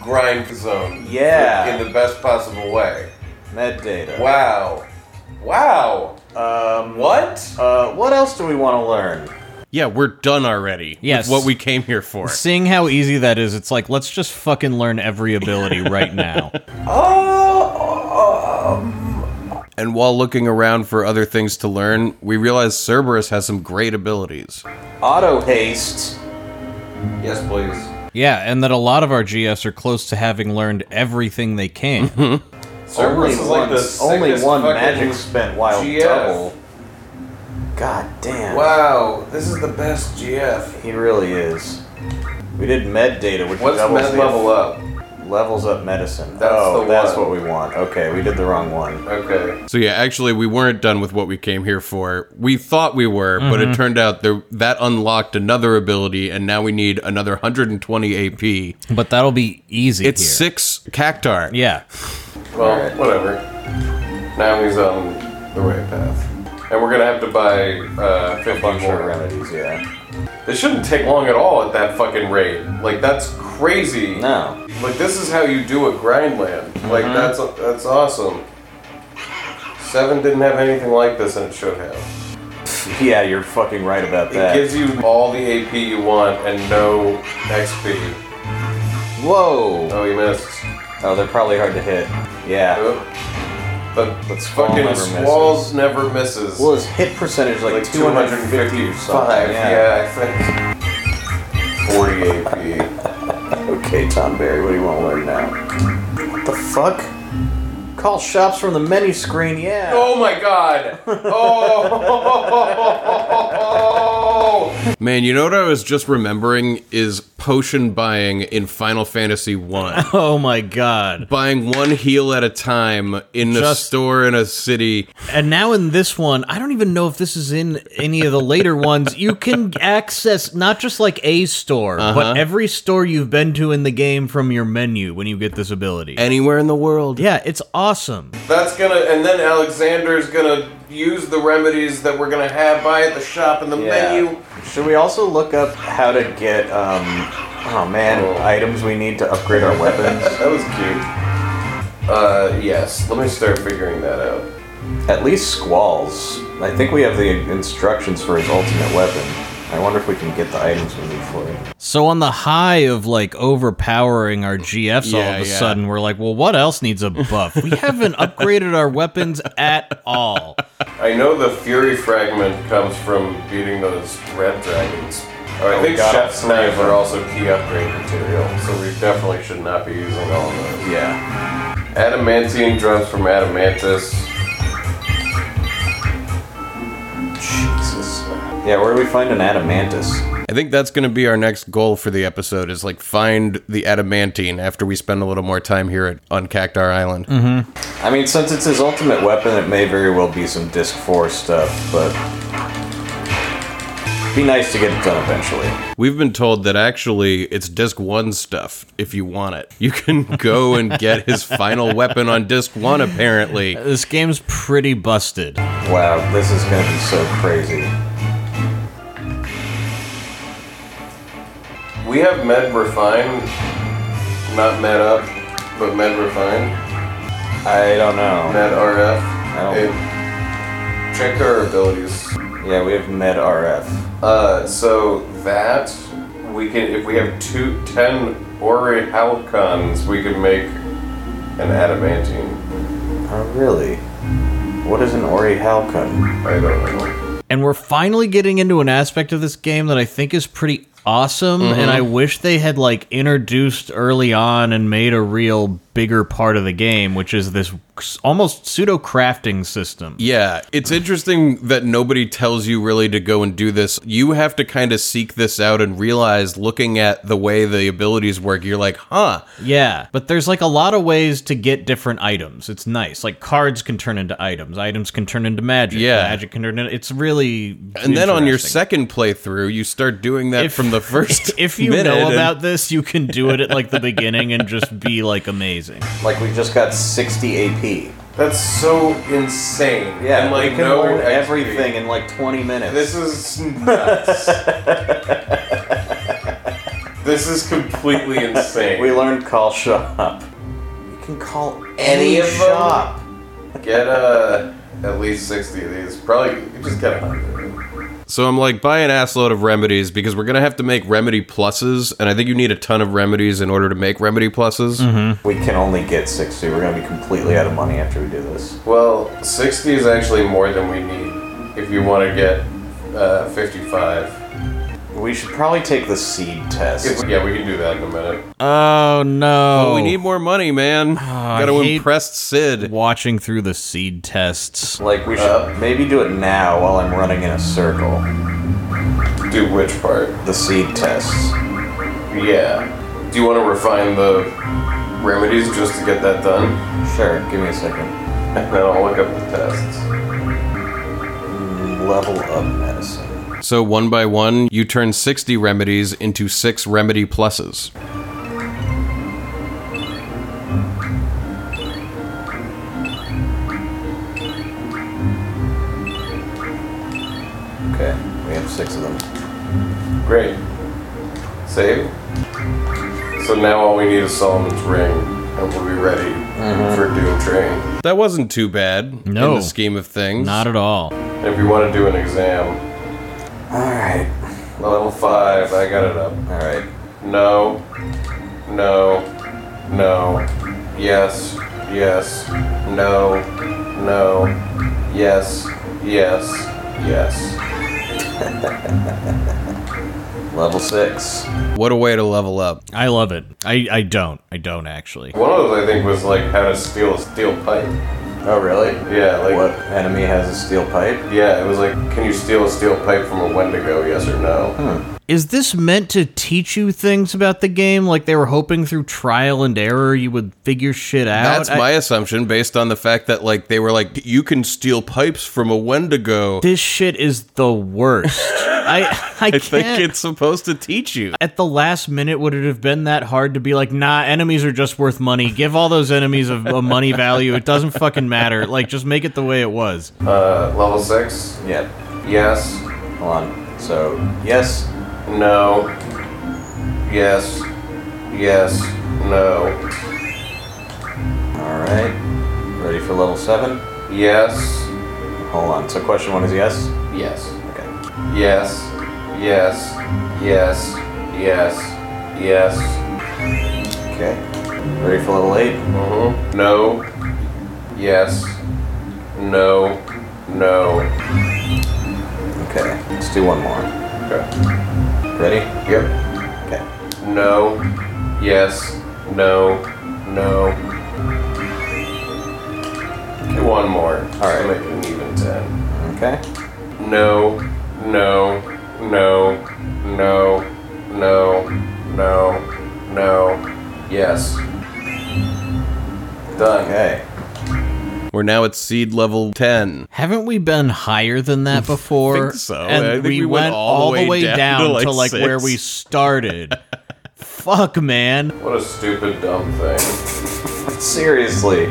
S4: grind zone.
S3: Yeah.
S4: In the best possible way.
S3: Med data.
S4: Wow. Wow.
S3: Um,
S4: What?
S3: uh, what else do we want to learn?
S1: Yeah, we're done already.
S2: Yes.
S1: With what we came here for.
S2: Seeing how easy that is, it's like let's just fucking learn every ability right now.
S4: um,
S1: And while looking around for other things to learn, we realize Cerberus has some great abilities.
S3: <laughs> Auto haste.
S4: Yes, please.
S2: yeah, and that a lot of our GS are close to having learned everything they can.
S4: <laughs> Cerberus
S3: only
S4: is like the
S3: once- only
S4: sickest
S3: one
S4: fucking-
S3: magic spent while
S4: GF.
S3: double. God damn.
S4: Wow, this is the best GF.
S3: He really is. We did med data, which
S4: What's
S3: doubles
S4: med
S3: the-
S4: level up?
S3: levels up medicine.
S4: That's
S3: oh,
S4: the
S3: that's
S4: one.
S3: what we want. Okay, we did the wrong one.
S4: Okay.
S1: So yeah, actually we weren't done with what we came here for. We thought we were, but it turned out there that unlocked another ability and now we need another 120 AP.
S2: but that'll be easy.
S1: It's
S2: here.
S1: 6 Cactar.
S2: Yeah,
S4: Well,
S3: Alright.
S4: whatever. Naomi's on the right path. And we're gonna have to buy uh, 50
S3: Bunch of
S4: more.
S3: remedies, yeah.
S4: This shouldn't take long at all at that fucking rate. Like, that's crazy.
S3: No. Mm-hmm.
S4: Like, this is how you do a grind land. Like, that's, that's awesome. Seven didn't have anything like this, and it should have.
S3: Yeah, you're fucking right about
S4: It
S3: that.
S4: gives you all the AP you want and no XP.
S3: Whoa!
S4: Oh, you missed.
S3: Oh, they're probably hard to hit. Yeah.
S4: Oh. But
S3: But Squall
S4: fucking
S3: never misses.
S4: Squalls never misses.
S3: Well, his hit percentage is like,
S4: like
S3: 250 or
S4: 255.
S3: something.
S4: yeah. I think. 40 AP.
S3: Okay, Tom Barry, what do you want to learn now? What the fuck? Call shops from the menu screen, yeah.
S4: Oh my god! Oh!
S1: Man, you know what I was just remembering is potion buying in Final Fantasy 1.
S2: Oh my god.
S1: buying one heal at a time in a
S2: Just-
S1: store in a city.
S2: And now in this one, I don't even know if this is in any of the later ones. You can access not just like a store, but every store you've been to in the game from your menu when you get this ability.
S1: Anywhere in the world.
S2: yeah, it's awesome.
S4: That's gonna, and then Alexander's gonna use the remedies that we're gonna have by at the shop and the menu.
S3: Should we also look up how to get, um, oh man, items we need to upgrade our weapons?
S4: That was cute. Uh, yes. Let me start figuring that out.
S3: At least Squall's. I think we have the instructions for his ultimate weapon. I wonder if we can get the items we need for it.
S2: So on the high of like overpowering our GFs all
S1: Yeah,
S2: of a
S1: yeah.
S2: sudden, we're like, well, what else needs a buff? We haven't upgraded our weapons at all.
S4: I know the Fury Fragment comes from beating those red dragons. Or I
S3: Oh,
S4: think
S3: God.
S4: Chef's Knives are also key upgrade material, so we definitely should not be using all of those.
S3: Yeah.
S4: Adamantine drums from Adamantus.
S3: Jesus. Yeah, where do we find an Adamantus?
S1: I think that's going to be our next goal for the episode is like find the adamantine after we spend a little more time here at, on Cactar Island.
S3: I mean, since it's his ultimate weapon, it may very well be some Disc 4 stuff, but. Be nice to get it done eventually.
S1: We've been told that actually it's disc 1 stuff if you want it. You can go and get his final weapon on disc 1 apparently.
S2: This game's pretty busted.
S3: Wow, this is gonna be so crazy.
S4: We have Med Refine, not Med Up, but Med Refine,
S3: I don't know.
S4: Med RF.
S3: Oh.
S4: And check our abilities.
S3: Yeah, we have Med RF.
S4: Uh, so that we can, if we have two, ten Ori Halcons, we could make an Adamantine.
S3: Oh, really? What is an Ori Halcon?
S4: I don't know.
S2: And we're finally getting into an aspect of this game that I think is pretty awesome
S1: Mm-hmm.
S2: and I wish they had like introduced early on and made a real bigger part of the game, which is this almost pseudo crafting system.
S1: Yeah, it's interesting that nobody tells you really to go and do this. You have to kind of seek this out and realize looking at the way the abilities work, you're like, huh,
S2: Yeah, but there's like a lot of ways to get different items. It's nice. Like cards can turn into items. Items can turn into magic.
S1: Yeah.
S2: magic can turn into. It's really.
S1: And then on your
S2: interesting.
S1: second playthrough, you start doing that
S2: If-
S1: from
S2: <laughs>
S1: the first.
S2: If you
S1: minute
S2: know
S1: and-
S2: about this, you can do it at like the beginning and just be like amazing.
S3: Like, we just got 60 AP.
S4: That's so insane.
S3: Yeah,
S4: and like
S3: we can
S4: no
S3: learn
S4: XP.
S3: everything in like 20 minutes.
S4: This is <laughs> nuts. this is completely insane.
S3: we learned call shop. You can call any,
S4: of them?
S3: shop.
S4: get uh, at least 60 of these. Probably, you just get 100.
S1: so I'm like, buy an assload of remedies because we're gonna have to make remedy pluses, and I think you need a ton of remedies in order to make remedy pluses.
S3: We can only get 60. We're gonna be completely out of money after we do this.
S4: Well, 60 is actually more than we need if you want to get uh, 55.
S3: We should probably take the seed test.
S4: If- yeah, we can do that in a minute.
S2: Oh no!
S1: But we need more money, man. Got to
S2: hate-
S1: impress Sid.
S2: watching through the seed tests.
S3: like, we should
S4: Uh.
S3: maybe do it now while I'm running in a circle.
S4: Do which part?
S3: The seed tests.
S4: Yeah. Do you want to refine the remedies just to get that done? <laughs>
S3: Sure, give me a second.
S4: And then I'll look up the tests.
S3: Level up medicine.
S1: So one by one, you turn 60 remedies into six remedy pluses.
S3: Okay, we have six of them.
S4: Great. Save. So now all we need is Solomon's Ring, and we'll be ready for Doom Train.
S1: That wasn't too bad
S2: Mm-hmm. No.
S1: in the scheme of things.
S2: Not at all.
S4: And if you want to do an exam,
S3: Alright.
S4: level 5, I got it up.
S3: Alright.
S4: No. No. No. Yes. Yes. No. No. Yes. Yes. Yes.
S3: Level six.
S1: What a way to level up.
S2: I love it. I, I don't. I don't actually.
S4: One of those I think was like how to steal a steel pipe.
S3: Oh, really?
S4: Yeah, like
S3: What enemy has a steel pipe?
S4: yeah, it was like can you steal a steel pipe from a Wendigo? Yes or no?
S1: Hmm.
S2: Is this meant to teach you things about the game? Like they were hoping through trial and error you would figure shit out?
S1: That's
S2: I-
S1: my assumption based on the fact that like they were like you can steal pipes from a Wendigo. <laughs>
S2: this shit is the worst. I I can't.
S1: I think it's supposed to teach you.
S2: at the last minute, would it have been that hard to be like, nah, enemies are just worth money. Give all those enemies a, a money value. It doesn't fucking matter. Like, just make it the way it was.
S4: Uh, level six.
S3: Yep.
S4: Yes.
S3: Hold on. So, yes.
S4: No. Yes. Yes. No.
S3: Alright. Ready for level seven?
S4: Yes.
S3: Hold on. So, question one is yes?
S4: Yes.
S3: Okay.
S4: Yes. Yes. Yes. Yes. Yes.
S3: Okay. Ready for level eight?
S4: Mm-hmm. No. Yes. No. No.
S3: Okay. Let's do one more.
S4: Okay.
S3: Ready?
S4: Yep.
S3: Okay.
S4: No. Yes. No. No. Okay, One more. All
S3: right.
S4: Make it an even ten.
S3: Okay.
S4: No, no, no, no, no, no, no. Yes. Done.
S3: Okay.
S1: We're now at seed level 10.
S2: Haven't we been higher than <laughs> that before?
S1: think so.
S2: And
S1: I think
S2: we,
S1: we
S2: went, all the way down, to like,
S1: six.
S2: where we started. Fuck, man.
S4: What a stupid, dumb thing.
S3: Seriously.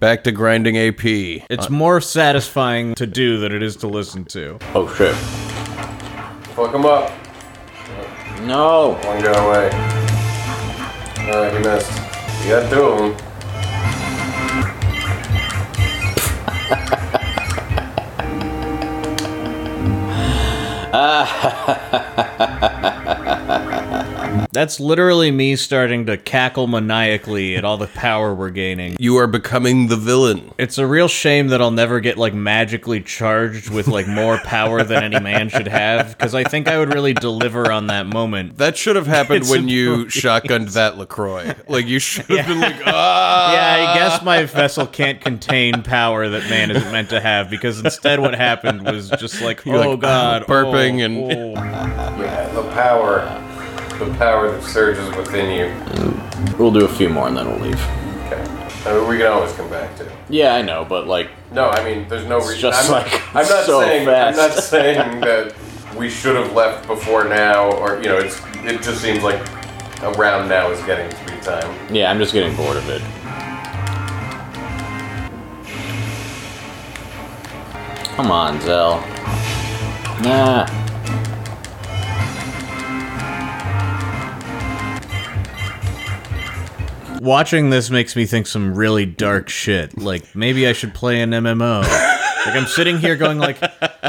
S1: Back to grinding AP.
S2: It's more satisfying to do than it is to listen to.
S4: Oh shit. Fuck him up.
S3: No.
S4: One got away. Alright, he missed. You got two of them.
S2: That's literally me starting to cackle maniacally at all the power we're gaining.
S1: You are becoming the villain.
S2: It's a real shame that I'll never get like magically charged with like more power than any man should have because I think I would really deliver on that moment.
S1: That should have happened
S2: It's
S1: when you shotgunned that LaCroix. Like, you should have been like, ah.
S2: Yeah, I guess my vessel can't contain power that man isn't meant to have because instead what happened was just like,
S1: You're
S2: oh
S1: like,
S2: god,
S1: <laughs> burping
S2: oh,
S1: and-
S2: oh.
S4: Yeah, the power. The power that surges within you.
S3: We'll do a few more and then we'll leave.
S4: Okay. I mean, Uh, we can always come back to it.
S3: Yeah, I know, but like,
S4: No, I mean, there's no reason.
S3: just
S4: I'm,
S3: like
S4: I'm not
S3: so
S4: saying
S3: fast.
S4: I'm not <laughs> saying that we should have left before now, or you know, it's it just seems like around now is getting to be time.
S3: yeah, I'm just getting bored of it. Come on, Zell. Nah.
S2: watching this makes me think some really dark shit. Like maybe I should play an MMO. Like I'm sitting here going like,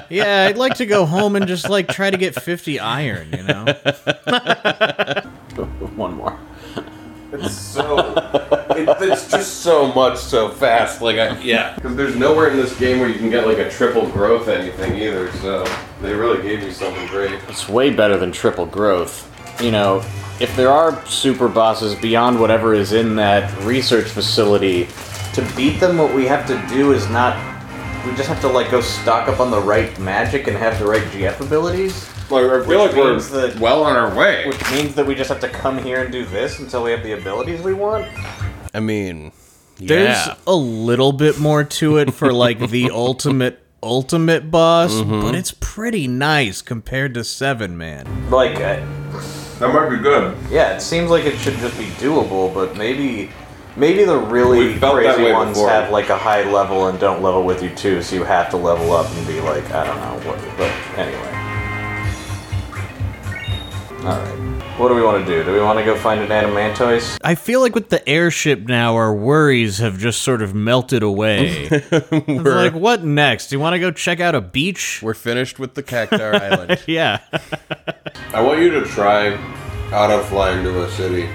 S2: yeah, I'd like to go home and just like try to get 50 iron, you know.
S3: One more.
S4: It's so it, it's just so much so fast. Like I yeah, because there's nowhere in this game where you can get like a triple growth anything either. So they really gave you something great.
S3: It's way better than triple growth. You know, if there are super bosses beyond whatever is in that research facility, to beat them, what we have to do is not. We just have to like go stock up on the right magic and have the right GF abilities,
S4: Like I feel
S3: Which
S4: like we're
S3: means that-
S4: well on our way.
S3: which means that we just have to come here and do this until we have the abilities we want.
S1: I mean,
S2: There's
S1: yeah.
S2: a little bit more to it for like the ultimate ultimate boss, but it's pretty nice compared to Seven Man.
S3: Like, uh,
S4: That might be good.
S3: yeah, it seems like it should just be doable, but maybe. Maybe the really
S4: We felt that
S3: crazy
S4: way
S3: ones
S4: before.
S3: have like a high level and don't level with you too, so you have to level up and be like, I don't know what, but anyway. Alright. What do we want to do? Do we want to go find an Adamantoise?
S2: I feel like with the airship now, our worries have just sort of melted away. It's like, what next? Do you want to go check out a beach?
S1: We're finished with the Cactar
S2: <laughs>
S1: Island.
S2: Yeah.
S4: I want you to try out of flying to a city.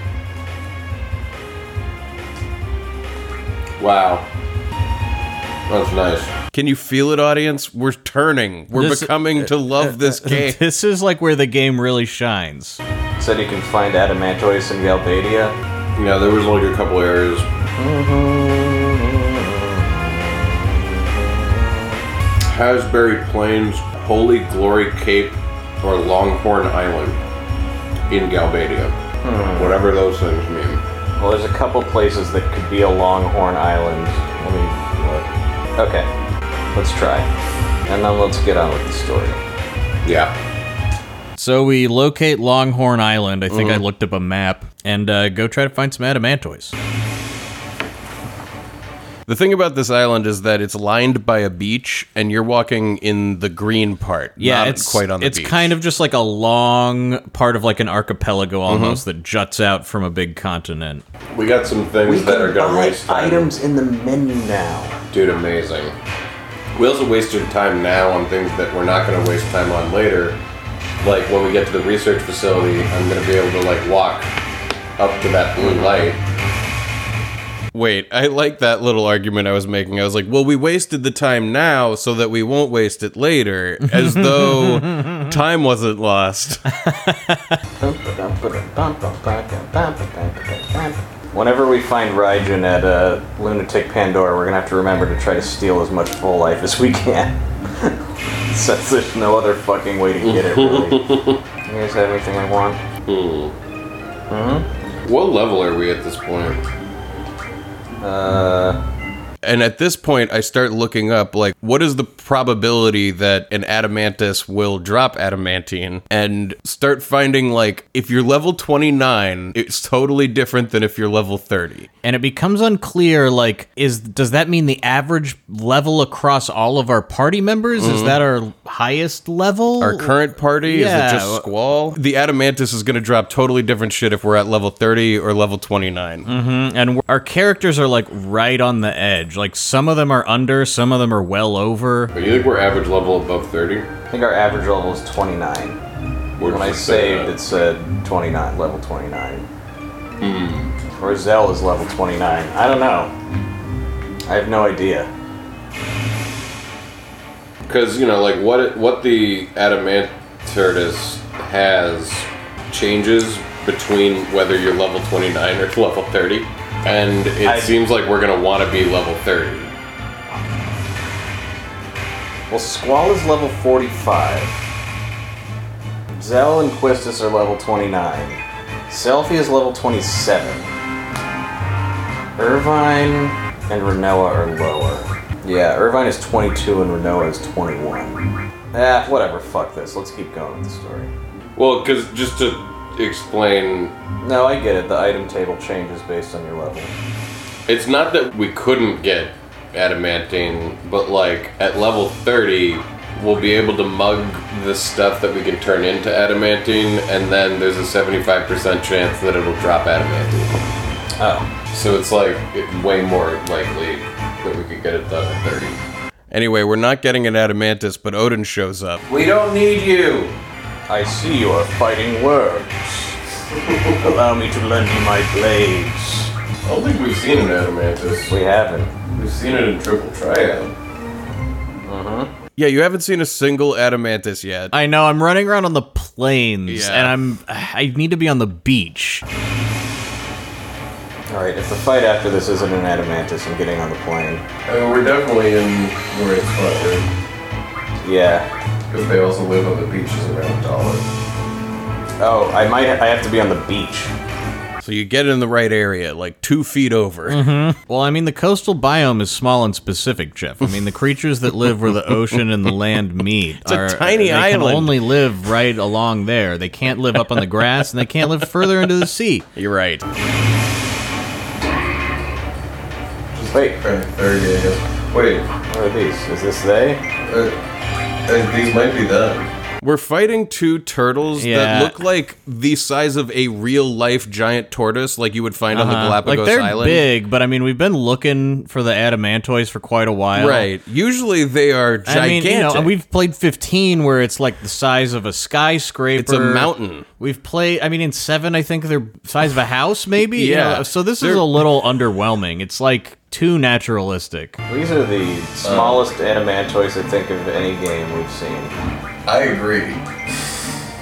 S4: Wow. That's nice.
S1: Can you feel it, audience? We're turning. We're
S2: This-
S1: becoming to love
S2: <laughs>
S1: this game.
S2: This is like where the game really shines.
S3: Said you can find adamantoids in Galbadia.
S4: Yeah, there was like a couple areas. Hasbury Plains, Holy Glory Cape, or Longhorn Island in Galbadia.
S1: Hmm.
S4: Whatever those things mean.
S3: Well, there's a couple places that could be a Longhorn Island. Let me look. Okay, let's try. And then let's get on with the story.
S4: Yeah.
S2: So we locate Longhorn Island. I think I looked up a map and uh, go try to find some adamantoids.
S1: The thing about this island is that it's lined by a beach, and you're walking in the green part.
S2: Yeah,
S1: not
S2: it's
S1: quite on the
S2: It's
S1: beach.
S2: kind of just like a long part of like an archipelago almost that juts out from a big continent.
S4: We got some things that are gonna waste time.
S3: in the menu now.
S4: Dude, amazing. We also wasted time now on things that we're not going to waste time on later. Like when we get to the research facility, I'm going to be able to like walk up to that blue light.
S1: Mm-hmm. Wait, I like that little argument I was making. I was like, well, we wasted the time now so that we won't waste it later, as
S4: <laughs>
S1: though time wasn't lost.
S3: Whenever we find Raijin at uh, Lunatic Pandora, we're gonna have to remember to try to steal as much full life as we can. <laughs> Since there's no other fucking way to get it, really. you guys have anything I want?
S1: Mm-hmm.
S4: What level are we at this point?
S3: Uh,
S1: And at this point, I start looking up, like, what is the probability that an adamantus will drop adamantine? And start finding, like, if you're level 29, it's totally different than if you're level 30.
S2: <laughs> And it becomes unclear like is does that mean the average level across all of our party members is that our highest level?
S1: Mm-hmm. Our current party
S2: Yeah.
S1: is it just squall? The adamantus is going to drop totally different shit if we're at level 30 or level 29.
S2: and we're- our characters are like right on the edge. Like some of them are under, some of them are well over.
S4: Do you think we're average level above 30?
S3: I think our average level is 29.
S4: We're
S3: When I
S4: just saying
S3: saved,
S4: that.
S3: it said 29, level 29. Roselle is level 29. I don't know. I have no idea.
S4: Because you know, like what it, what the adamantus has changes between whether you're level 29 or <laughs> level 30, and it
S3: I-
S4: seems like we're gonna want to be level 30.
S3: Well, Squall is level 45. Zell and Quistis are level 29. Selfie is level 27. Irvine and Renoa are lower. Yeah, Irvine is 22 and Renoa is 21. Ah, whatever, fuck this. Let's keep going with the story.
S4: Well, because just to explain,
S3: No, I get it. The item table changes based on your level.
S4: it's not that we couldn't get adamantine, but like at level 30, we'll be able to mug the stuff that we can turn into adamantine, and then there's a 75% chance that it'll drop adamantine.
S3: Oh.
S4: So it's like it- way more likely that we could get it done at 30.
S1: Anyway, we're not getting an adamantus, but Odin shows up.
S4: We don't need you!
S3: I see you are fighting <laughs> words. Allow me to lend you my blades.
S4: I don't think we've seen an adamantus.
S3: We haven't.
S4: We've seen it in triple triad.
S1: Yeah, you haven't seen a single adamantus yet.
S2: I know I'm running around on the plains
S1: Yeah.
S2: and I'm I need to be on the beach.
S3: Alright, if the fight after this isn't an Adamantus, I'm getting on the plane.
S4: I mean, we're definitely in where it's fun,
S3: Yeah.
S4: Because they also live on the beaches around Dollar.
S3: Oh, I might. I have to be on the beach.
S1: So you get in the right area, like two feet over.
S2: Well, I mean, the coastal biome is small and specific, Jeff. I mean, the creatures that live where
S1: <laughs>
S2: the ocean and the land meet it's
S1: a tiny
S2: they Can
S1: island.
S2: only live right along there. They can't live up on the grass, and they can't live further into the sea.
S1: You're right.
S3: Wait,
S4: Right, third day, I guess. Wait,
S3: what are these? Is this they?
S4: uh, uh, these might be them.
S1: We're fighting two turtles
S2: Yeah.
S1: that look like the size of a real life giant tortoise, like you would find on the
S2: Uh,
S1: <laughs> Galapagos
S2: like they're
S1: Island.
S2: big, but I mean, we've been looking for the adamantoids for quite a while,
S1: Right. Usually they are
S2: I
S1: gigantic.
S2: mean, you know, and we've played 15 where it's like the size of a skyscraper.
S1: It's a mountain.
S2: We've played, I mean, in 7, I think they're size of a house, maybe? You
S1: Yeah.
S2: know, so this is
S1: They're-
S2: a little underwhelming. It's like too naturalistic.
S3: These are the smallest animantoids I think of any game we've seen.
S4: I agree.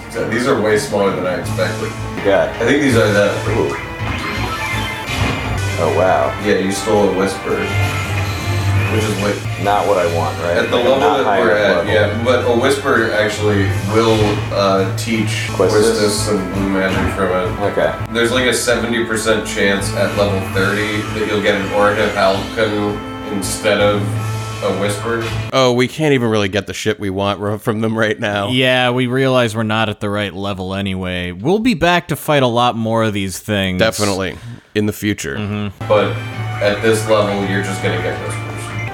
S4: So these are way smaller than I expected.
S3: God.
S4: I think these are that. Ooh.
S3: Oh wow.
S4: Yeah, you stole a whisper. Which is what
S3: Not what I want, right?
S4: at the
S3: Like, I'm
S4: level
S3: not
S4: that
S3: higher
S4: we're at,
S3: level.
S4: yeah. But a whisper actually will uh, teach
S3: Questus.
S4: Questus and blue magic from it.
S3: Okay.
S4: There's like a seventy percent chance at level thirty that you'll get an Oracle Falcon instead of a whisper.
S1: Oh, we can't even really get the shit we want ro- from them right now.
S2: Yeah, we realize we're not at the right level anyway. We'll be back to fight a lot more of these things.
S1: Definitely in the future.
S3: Mm-hmm.
S4: But at this level, you're just gonna get whispers.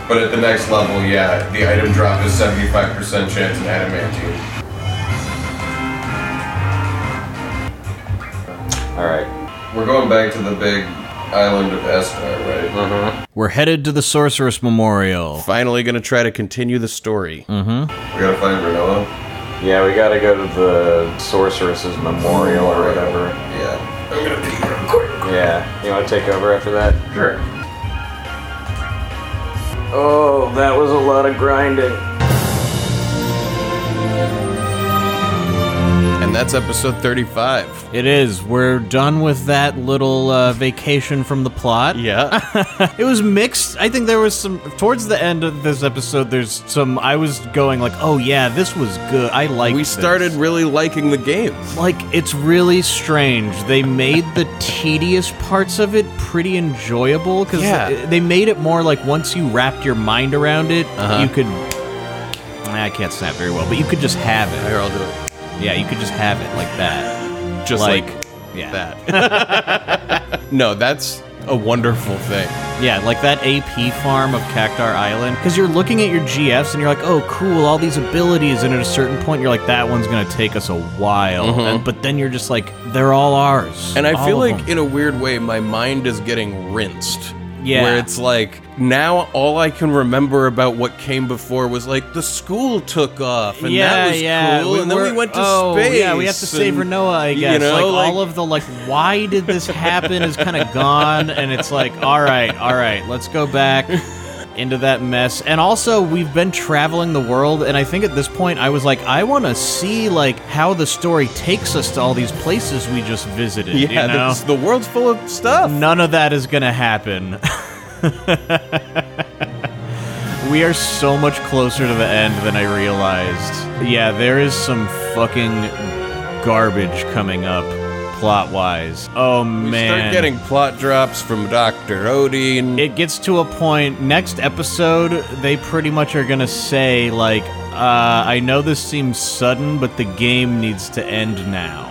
S4: But at the next level, yeah, the item drop is seventy-five percent chance in adamantium.
S3: All right.
S4: We're going back to the big island of Estar, right?
S2: Uh-huh. We're headed to the Sorceress Memorial.
S1: Finally, gonna try to continue the story.
S2: Mm-hmm.
S4: We gotta find Renella.
S3: Yeah, we gotta go to the sorceress's memorial or whatever.
S4: Yeah. I'm gonna pee real quick.
S3: Yeah. You wanna take over after that?
S4: Sure.
S3: Oh, that was a lot of grinding.
S1: And that's episode 35.
S2: It is. We're done with that little uh, vacation from the plot.
S1: Yeah.
S2: <laughs> It was mixed. I think there was some towards the end of this episode. There's some. I was going like, oh yeah, this was good. I like.
S1: we started really liking the game.
S2: like it's really strange. They made the tedious parts of it pretty enjoyable because
S1: Yeah.
S2: they made it more like once you wrapped your mind around it,
S1: Uh-huh.
S2: you could. Nah, I can't snap very well, but you could just have it.
S1: Here, I'll do it.
S2: Yeah, you could just have it like that.
S1: Just like,
S2: yeah,
S1: that. no, that's a wonderful thing.
S2: Yeah, like that AP farm of Cactar Island. Because you're looking at your GFs and you're like, oh, cool, all these abilities. And at a certain point, you're like, that one's going to take us a while. And, but then you're just like, they're all ours.
S1: Mm-hmm. And I
S2: All
S1: feel
S2: of
S1: like,
S2: them.
S1: in a weird way, my mind is getting rinsed.
S2: Yeah.
S1: Where it's like, now all I can remember about what came before was like the school took off and
S2: yeah,
S1: that was
S2: yeah.
S1: cool. and then
S2: were-
S1: we went to
S2: oh,
S1: space.
S2: Yeah, we have to save
S1: and-
S2: Renoa, I
S1: you
S2: guess.
S1: know,
S2: like,
S1: like-
S2: all of the like, why did this happen is kind of gone, and it's like, all right, all right, let's go back into that mess. And also, we've been traveling the world, and I think at this point, I was like, I want to see like how the story takes us to all these places we just visited. you
S1: Yeah,
S2: know?
S1: this- the world's full of stuff.
S2: None of that is gonna happen. we are so much closer to the end than I realized. Yeah, there is some fucking garbage coming up plot wise. Oh
S1: We
S2: man.
S1: start getting plot drops from Dr. Odin.
S2: it gets to a point next episode they pretty much are gonna say like uh, i know this seems sudden but the game needs to end now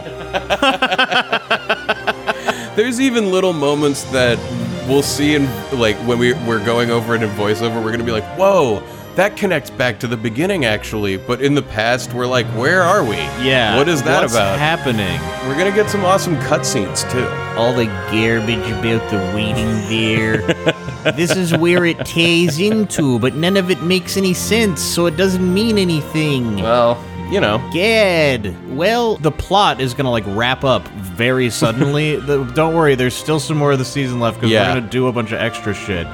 S1: There's even little moments that we'll see in like when we we're going over it in voiceover, we're gonna be like, whoa, that connects back to the beginning actually. But in the past, we're like, where are we?
S2: yeah
S1: What is that
S2: what's
S1: about?
S2: happening
S1: we're gonna get some awesome cutscenes too.
S2: all the garbage about the waiting
S1: <laughs>
S2: there. this is where it ties into, but none of it makes any sense, so it doesn't mean anything.
S1: Well, you know.
S2: Gad. Well, the plot is gonna like wrap up
S1: <laughs>
S2: very suddenly. The- don't worry, there's still some more of the season left because
S1: Yeah.
S2: we're gonna do a bunch of extra shit.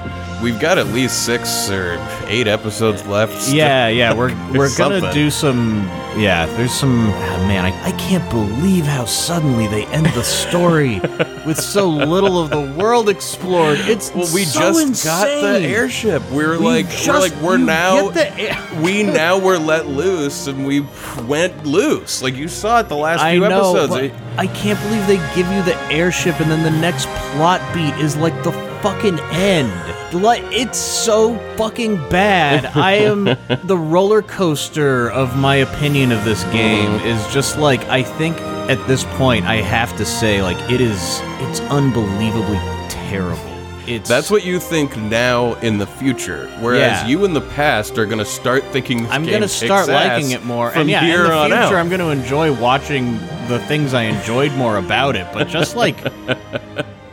S1: We've got at least six or eight episodes left. still.
S2: Yeah, yeah,
S1: <laughs>
S2: we're we're gonna
S1: something.
S2: do some. Yeah, there's some. ah, man, I, I can't believe how suddenly they end
S1: <laughs>
S2: the story with so little of the world explored. It's
S1: Well, we
S2: so
S1: just got
S2: insane.
S1: the airship. We were
S2: We
S1: like, we're
S2: just-
S1: like, we're
S2: you
S1: now,
S2: get the air-
S1: we now were let loose, and we went loose. Like you saw it the last
S2: I
S1: few
S2: know.
S1: episodes.
S2: but I can't believe they give you the airship, and then the next plot beat is like the fucking end. Like it's so fucking bad. I am
S1: <laughs>
S2: the roller coaster of my opinion of this game
S1: Mm-hmm.
S2: is just like I think at this point I have to say like it is it's unbelievably terrible. It's
S1: That's what you think now in the future, whereas
S2: Yeah.
S1: you in the past are going to start thinking. This
S2: I'm
S1: game
S2: gonna start
S1: kicks ass
S2: liking it more.
S1: from
S2: and yeah,
S1: here
S2: in the
S1: on
S2: future,
S1: out.
S2: I'm gonna enjoy watching the things I enjoyed more about it. But
S1: <laughs>
S2: just like,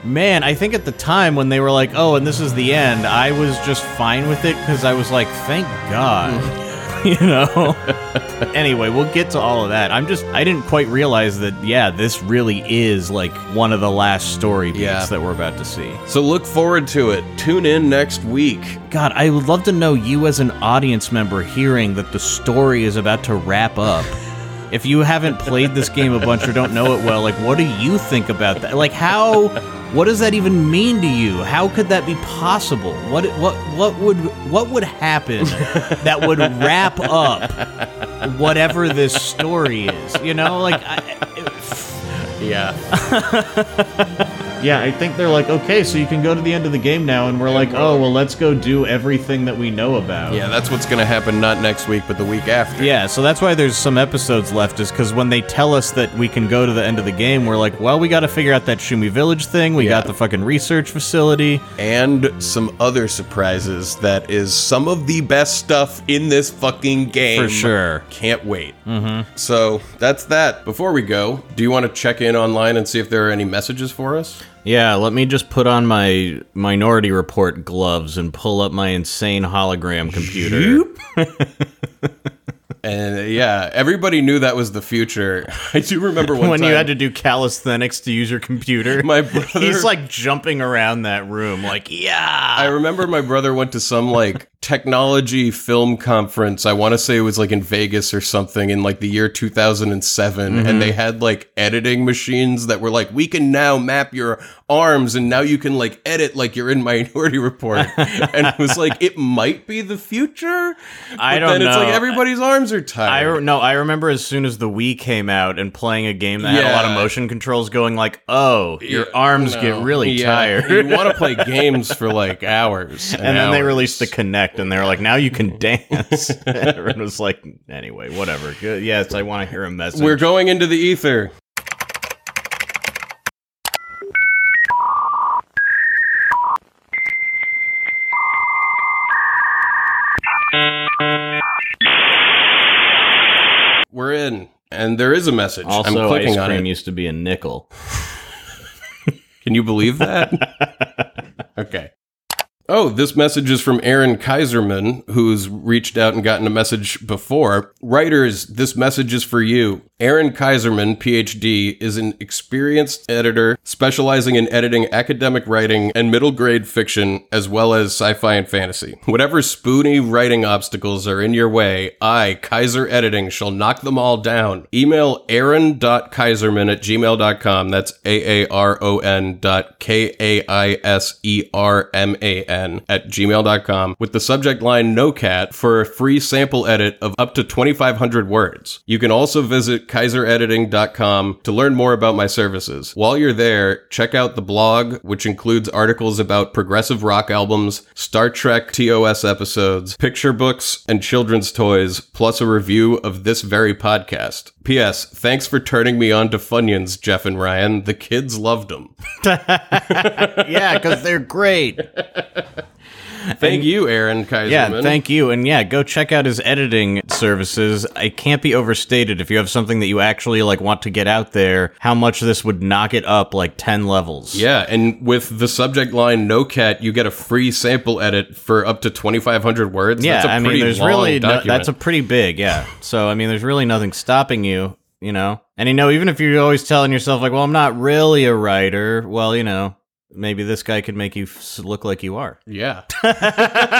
S2: man, I think at the time when they
S1: <laughs>
S2: were like, "Oh, and this is the end," I was just fine with it because I was like, "Thank God." you know. anyway, we'll get to all of that. I'm just I didn't quite realize that yeah, this really is like one of the last story beats
S1: Yeah.
S2: that we're about to see.
S1: So look forward to it. Tune in next week.
S2: God, I would love to know you as an audience member hearing that the story is about to wrap up. If you haven't played this game a bunch or don't know it well, like what do you think about that? Like how what does that even mean to you? How could that be possible? What what what would what would happen that would wrap up whatever this story is? You know, like I,
S1: Yeah.
S2: yeah, I think they're like, okay, so you can go to the end of the game now, and we're like, oh, well, let's go do everything that we know about.
S1: Yeah, that's what's going to happen not next week, but the week after.
S2: Yeah, so that's why there's some episodes left, is because when they tell us that we can go to the end of the game, we're like, well, we got to figure out that Shumi Village thing. We got the fucking research facility.
S1: And some other surprises that is some of the best stuff in this fucking game.
S2: For sure.
S1: Can't wait. Mm-hmm. So that's that. Before we go, do you want to check in online and see if there are any messages for us?
S2: Yeah, let me just put on my Minority Report gloves and pull up my insane hologram computer.
S1: And uh, yeah, everybody knew that was the future. <laughs> I do remember one
S2: When
S1: time
S2: you had to do calisthenics to use your computer,
S1: My brother-
S2: <laughs> he's like jumping around that room, like yeah.
S1: I remember my brother went to some like
S2: <laughs>
S1: technology film conference. I want to say it was like in Vegas or something in like the year 2007.
S2: Mm-hmm.
S1: And they had like editing machines that were like, we can now map your arms and now you can like edit like you're in Minority
S2: <laughs>
S1: Report. and it was like, it might be the future.
S2: I
S1: but
S2: don't
S1: then it's like
S2: know.
S1: everybody's arms are
S2: I
S1: tired.
S2: re- no, I remember as soon as the Wii came out and playing a game that had a lot of
S1: Yeah.
S2: motion controls, going like, "Oh, your arms get really
S1: Yeah.
S2: tired."
S1: you
S2: <laughs>
S1: want to play games for like hours.
S2: And then they
S1: hours.
S2: released the Connect, and they were like, "Now you
S1: <laughs>
S2: can dance." <laughs> and everyone was like, "Anyway, whatever." Good. Yes, I want to hear a message.
S1: We're going into the ether. We're in, and there is a message. I'm
S2: also, ice
S1: clicking on
S2: cream
S1: it.
S2: used to be
S1: <laughs>
S2: a nickel.
S1: Can you believe that?
S2: <laughs>
S1: okay. Oh, this message is from Aaron Kaiserman, who's reached out and gotten a message before. Writers, this message is for you. Aaron Kaiserman, PhD, is an experienced editor specializing in editing academic writing and middle grade fiction, as well as sci fi and fantasy. Whatever spoony writing obstacles are in your way, I, Kaiser Editing, shall knock them all down. Email aaron.kaiserman at gmail.com. That's A A R O N dot K A I S E R M A N at gmail.com with the subject line No Cat for a free sample edit of up to 2,500 words. You can also visit kaiserediting.com to learn more about my services. While you're there, check out the blog, which includes articles about progressive rock albums, Star Trek TOS episodes, picture books, and children's toys, plus a review of this very podcast. P.S. Thanks for turning me on to Funyuns, Jeff and Ryan. The kids loved them.
S2: yeah, because they're great.
S1: Thank you, Aaron Kaiserman.
S2: Yeah, thank you. And yeah, go check out his editing services. It can't be overstated if you have something that you actually like want to get out there, how much this would knock it up like 10 levels.
S1: Yeah, and with the subject line "No Cat," you get a free sample edit for up to twenty five hundred words.
S2: Yeah,
S1: that's a
S2: I mean
S1: pretty
S2: there's
S1: long
S2: really no-
S1: document.
S2: that's a pretty big, yeah. So I mean there's really nothing stopping you, you know. And you know even if you're always telling yourself like, well, I'm not really a writer, well, you know, maybe this guy could make you f- look like
S1: <laughs>
S2: you are. <laughs>
S1: yeah,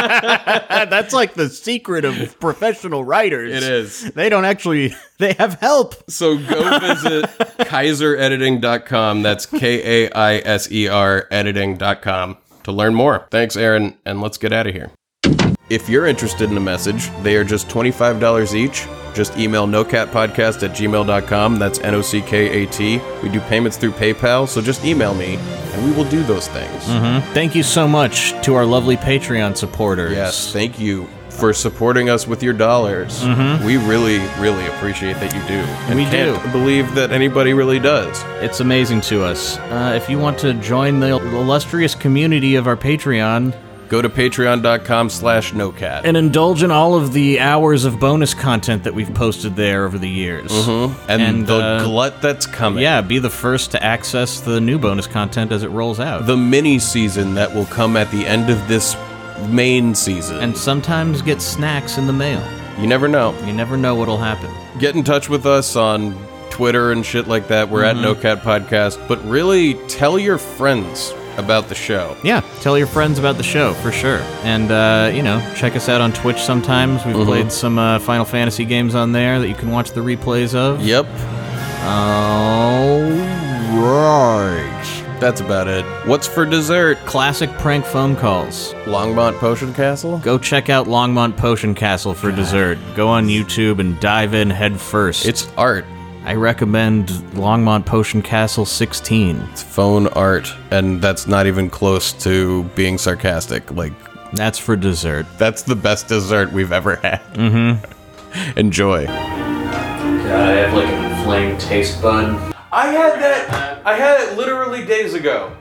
S2: that's like the secret of professional writers.
S1: it is.
S2: They don't actually <laughs> they have help.
S1: So go
S2: <laughs>
S1: visit kaiserediting.com. That's K A I S E R editing.com to learn more. Thanks, Aaron, and let's get out of here. If you're interested in a message, they are just $25 each. Just email nocatpodcast at gmail.com. That's N O C K A T. We do payments through PayPal, so just email me and we will do those things.
S2: Thank you so much to our lovely Patreon supporters.
S1: Yes, thank you for supporting us with your dollars. We really, really appreciate that you do. And
S2: Mm-hmm. We
S1: can't
S2: do.
S1: believe that anybody really does.
S2: It's amazing to us. Uh, if you want to join the illustrious community of our Patreon
S1: Go to patreon.com slash nocat.
S2: and indulge in all of the hours of bonus content that we've posted there over the years.
S1: And,
S2: and,
S1: the
S2: uh,
S1: glut that's coming.
S2: Yeah, be the first to access the new bonus content as it rolls out.
S1: The mini season that will come at the end of this main season.
S2: and sometimes get snacks in the mail.
S1: You never know.
S2: You never know what'll happen.
S1: Get in touch with us on Twitter and shit like that. We're at No
S2: Mm-hmm.
S1: Cat Podcast. But really, tell your friends about the show.
S2: Yeah, tell your friends about the show for sure, and uh, you know, check us out on Twitch. Sometimes we've played some uh, Final Fantasy games on there that you can watch the replays of.
S1: Yep,
S2: All right.
S1: that's about it. What's for dessert?
S2: Classic prank phone calls.
S1: Longmont Potion Castle?
S2: Go check out Longmont Potion Castle for dessert. Go on YouTube and dive in head first.
S1: It's art.
S2: I recommend Longmont Potion Castle 16.
S1: It's phone art. And that's not even close to being sarcastic. Like,
S2: That's for dessert.
S1: that's the best dessert we've ever had. Mm-hmm. <laughs> Enjoy.
S3: Yeah, I have like an inflamed taste bud.
S4: I had that. I had it literally days ago.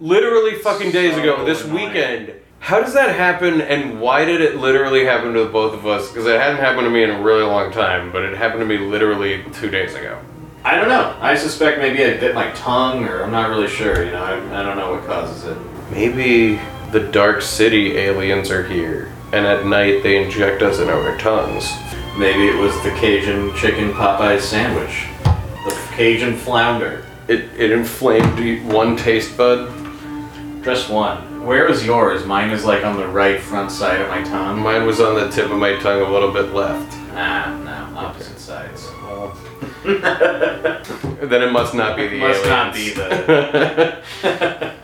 S4: Literally fucking days ago. This weekend. How does that happen, and why did it literally happen to the both of us? Because it hadn't happened to me in a really long time, but it happened to me literally two days ago.
S3: I don't know. I suspect maybe I bit my tongue, or I'm not really sure. You know, I, I don't know what causes it.
S4: Maybe the Dark City aliens are here, and at night they inject us in our tongues.
S3: Maybe it was the Cajun chicken Popeye sandwich, the Cajun flounder.
S4: It, it inflamed one taste bud.
S3: Just one. Where is yours? Mine is like on the right front side of my tongue.
S4: Mine was on the tip of my tongue, a little bit left.
S3: Ah, no, opposite sides.
S4: <laughs> Then it must not be the
S3: Must
S4: aliens.
S3: not be the.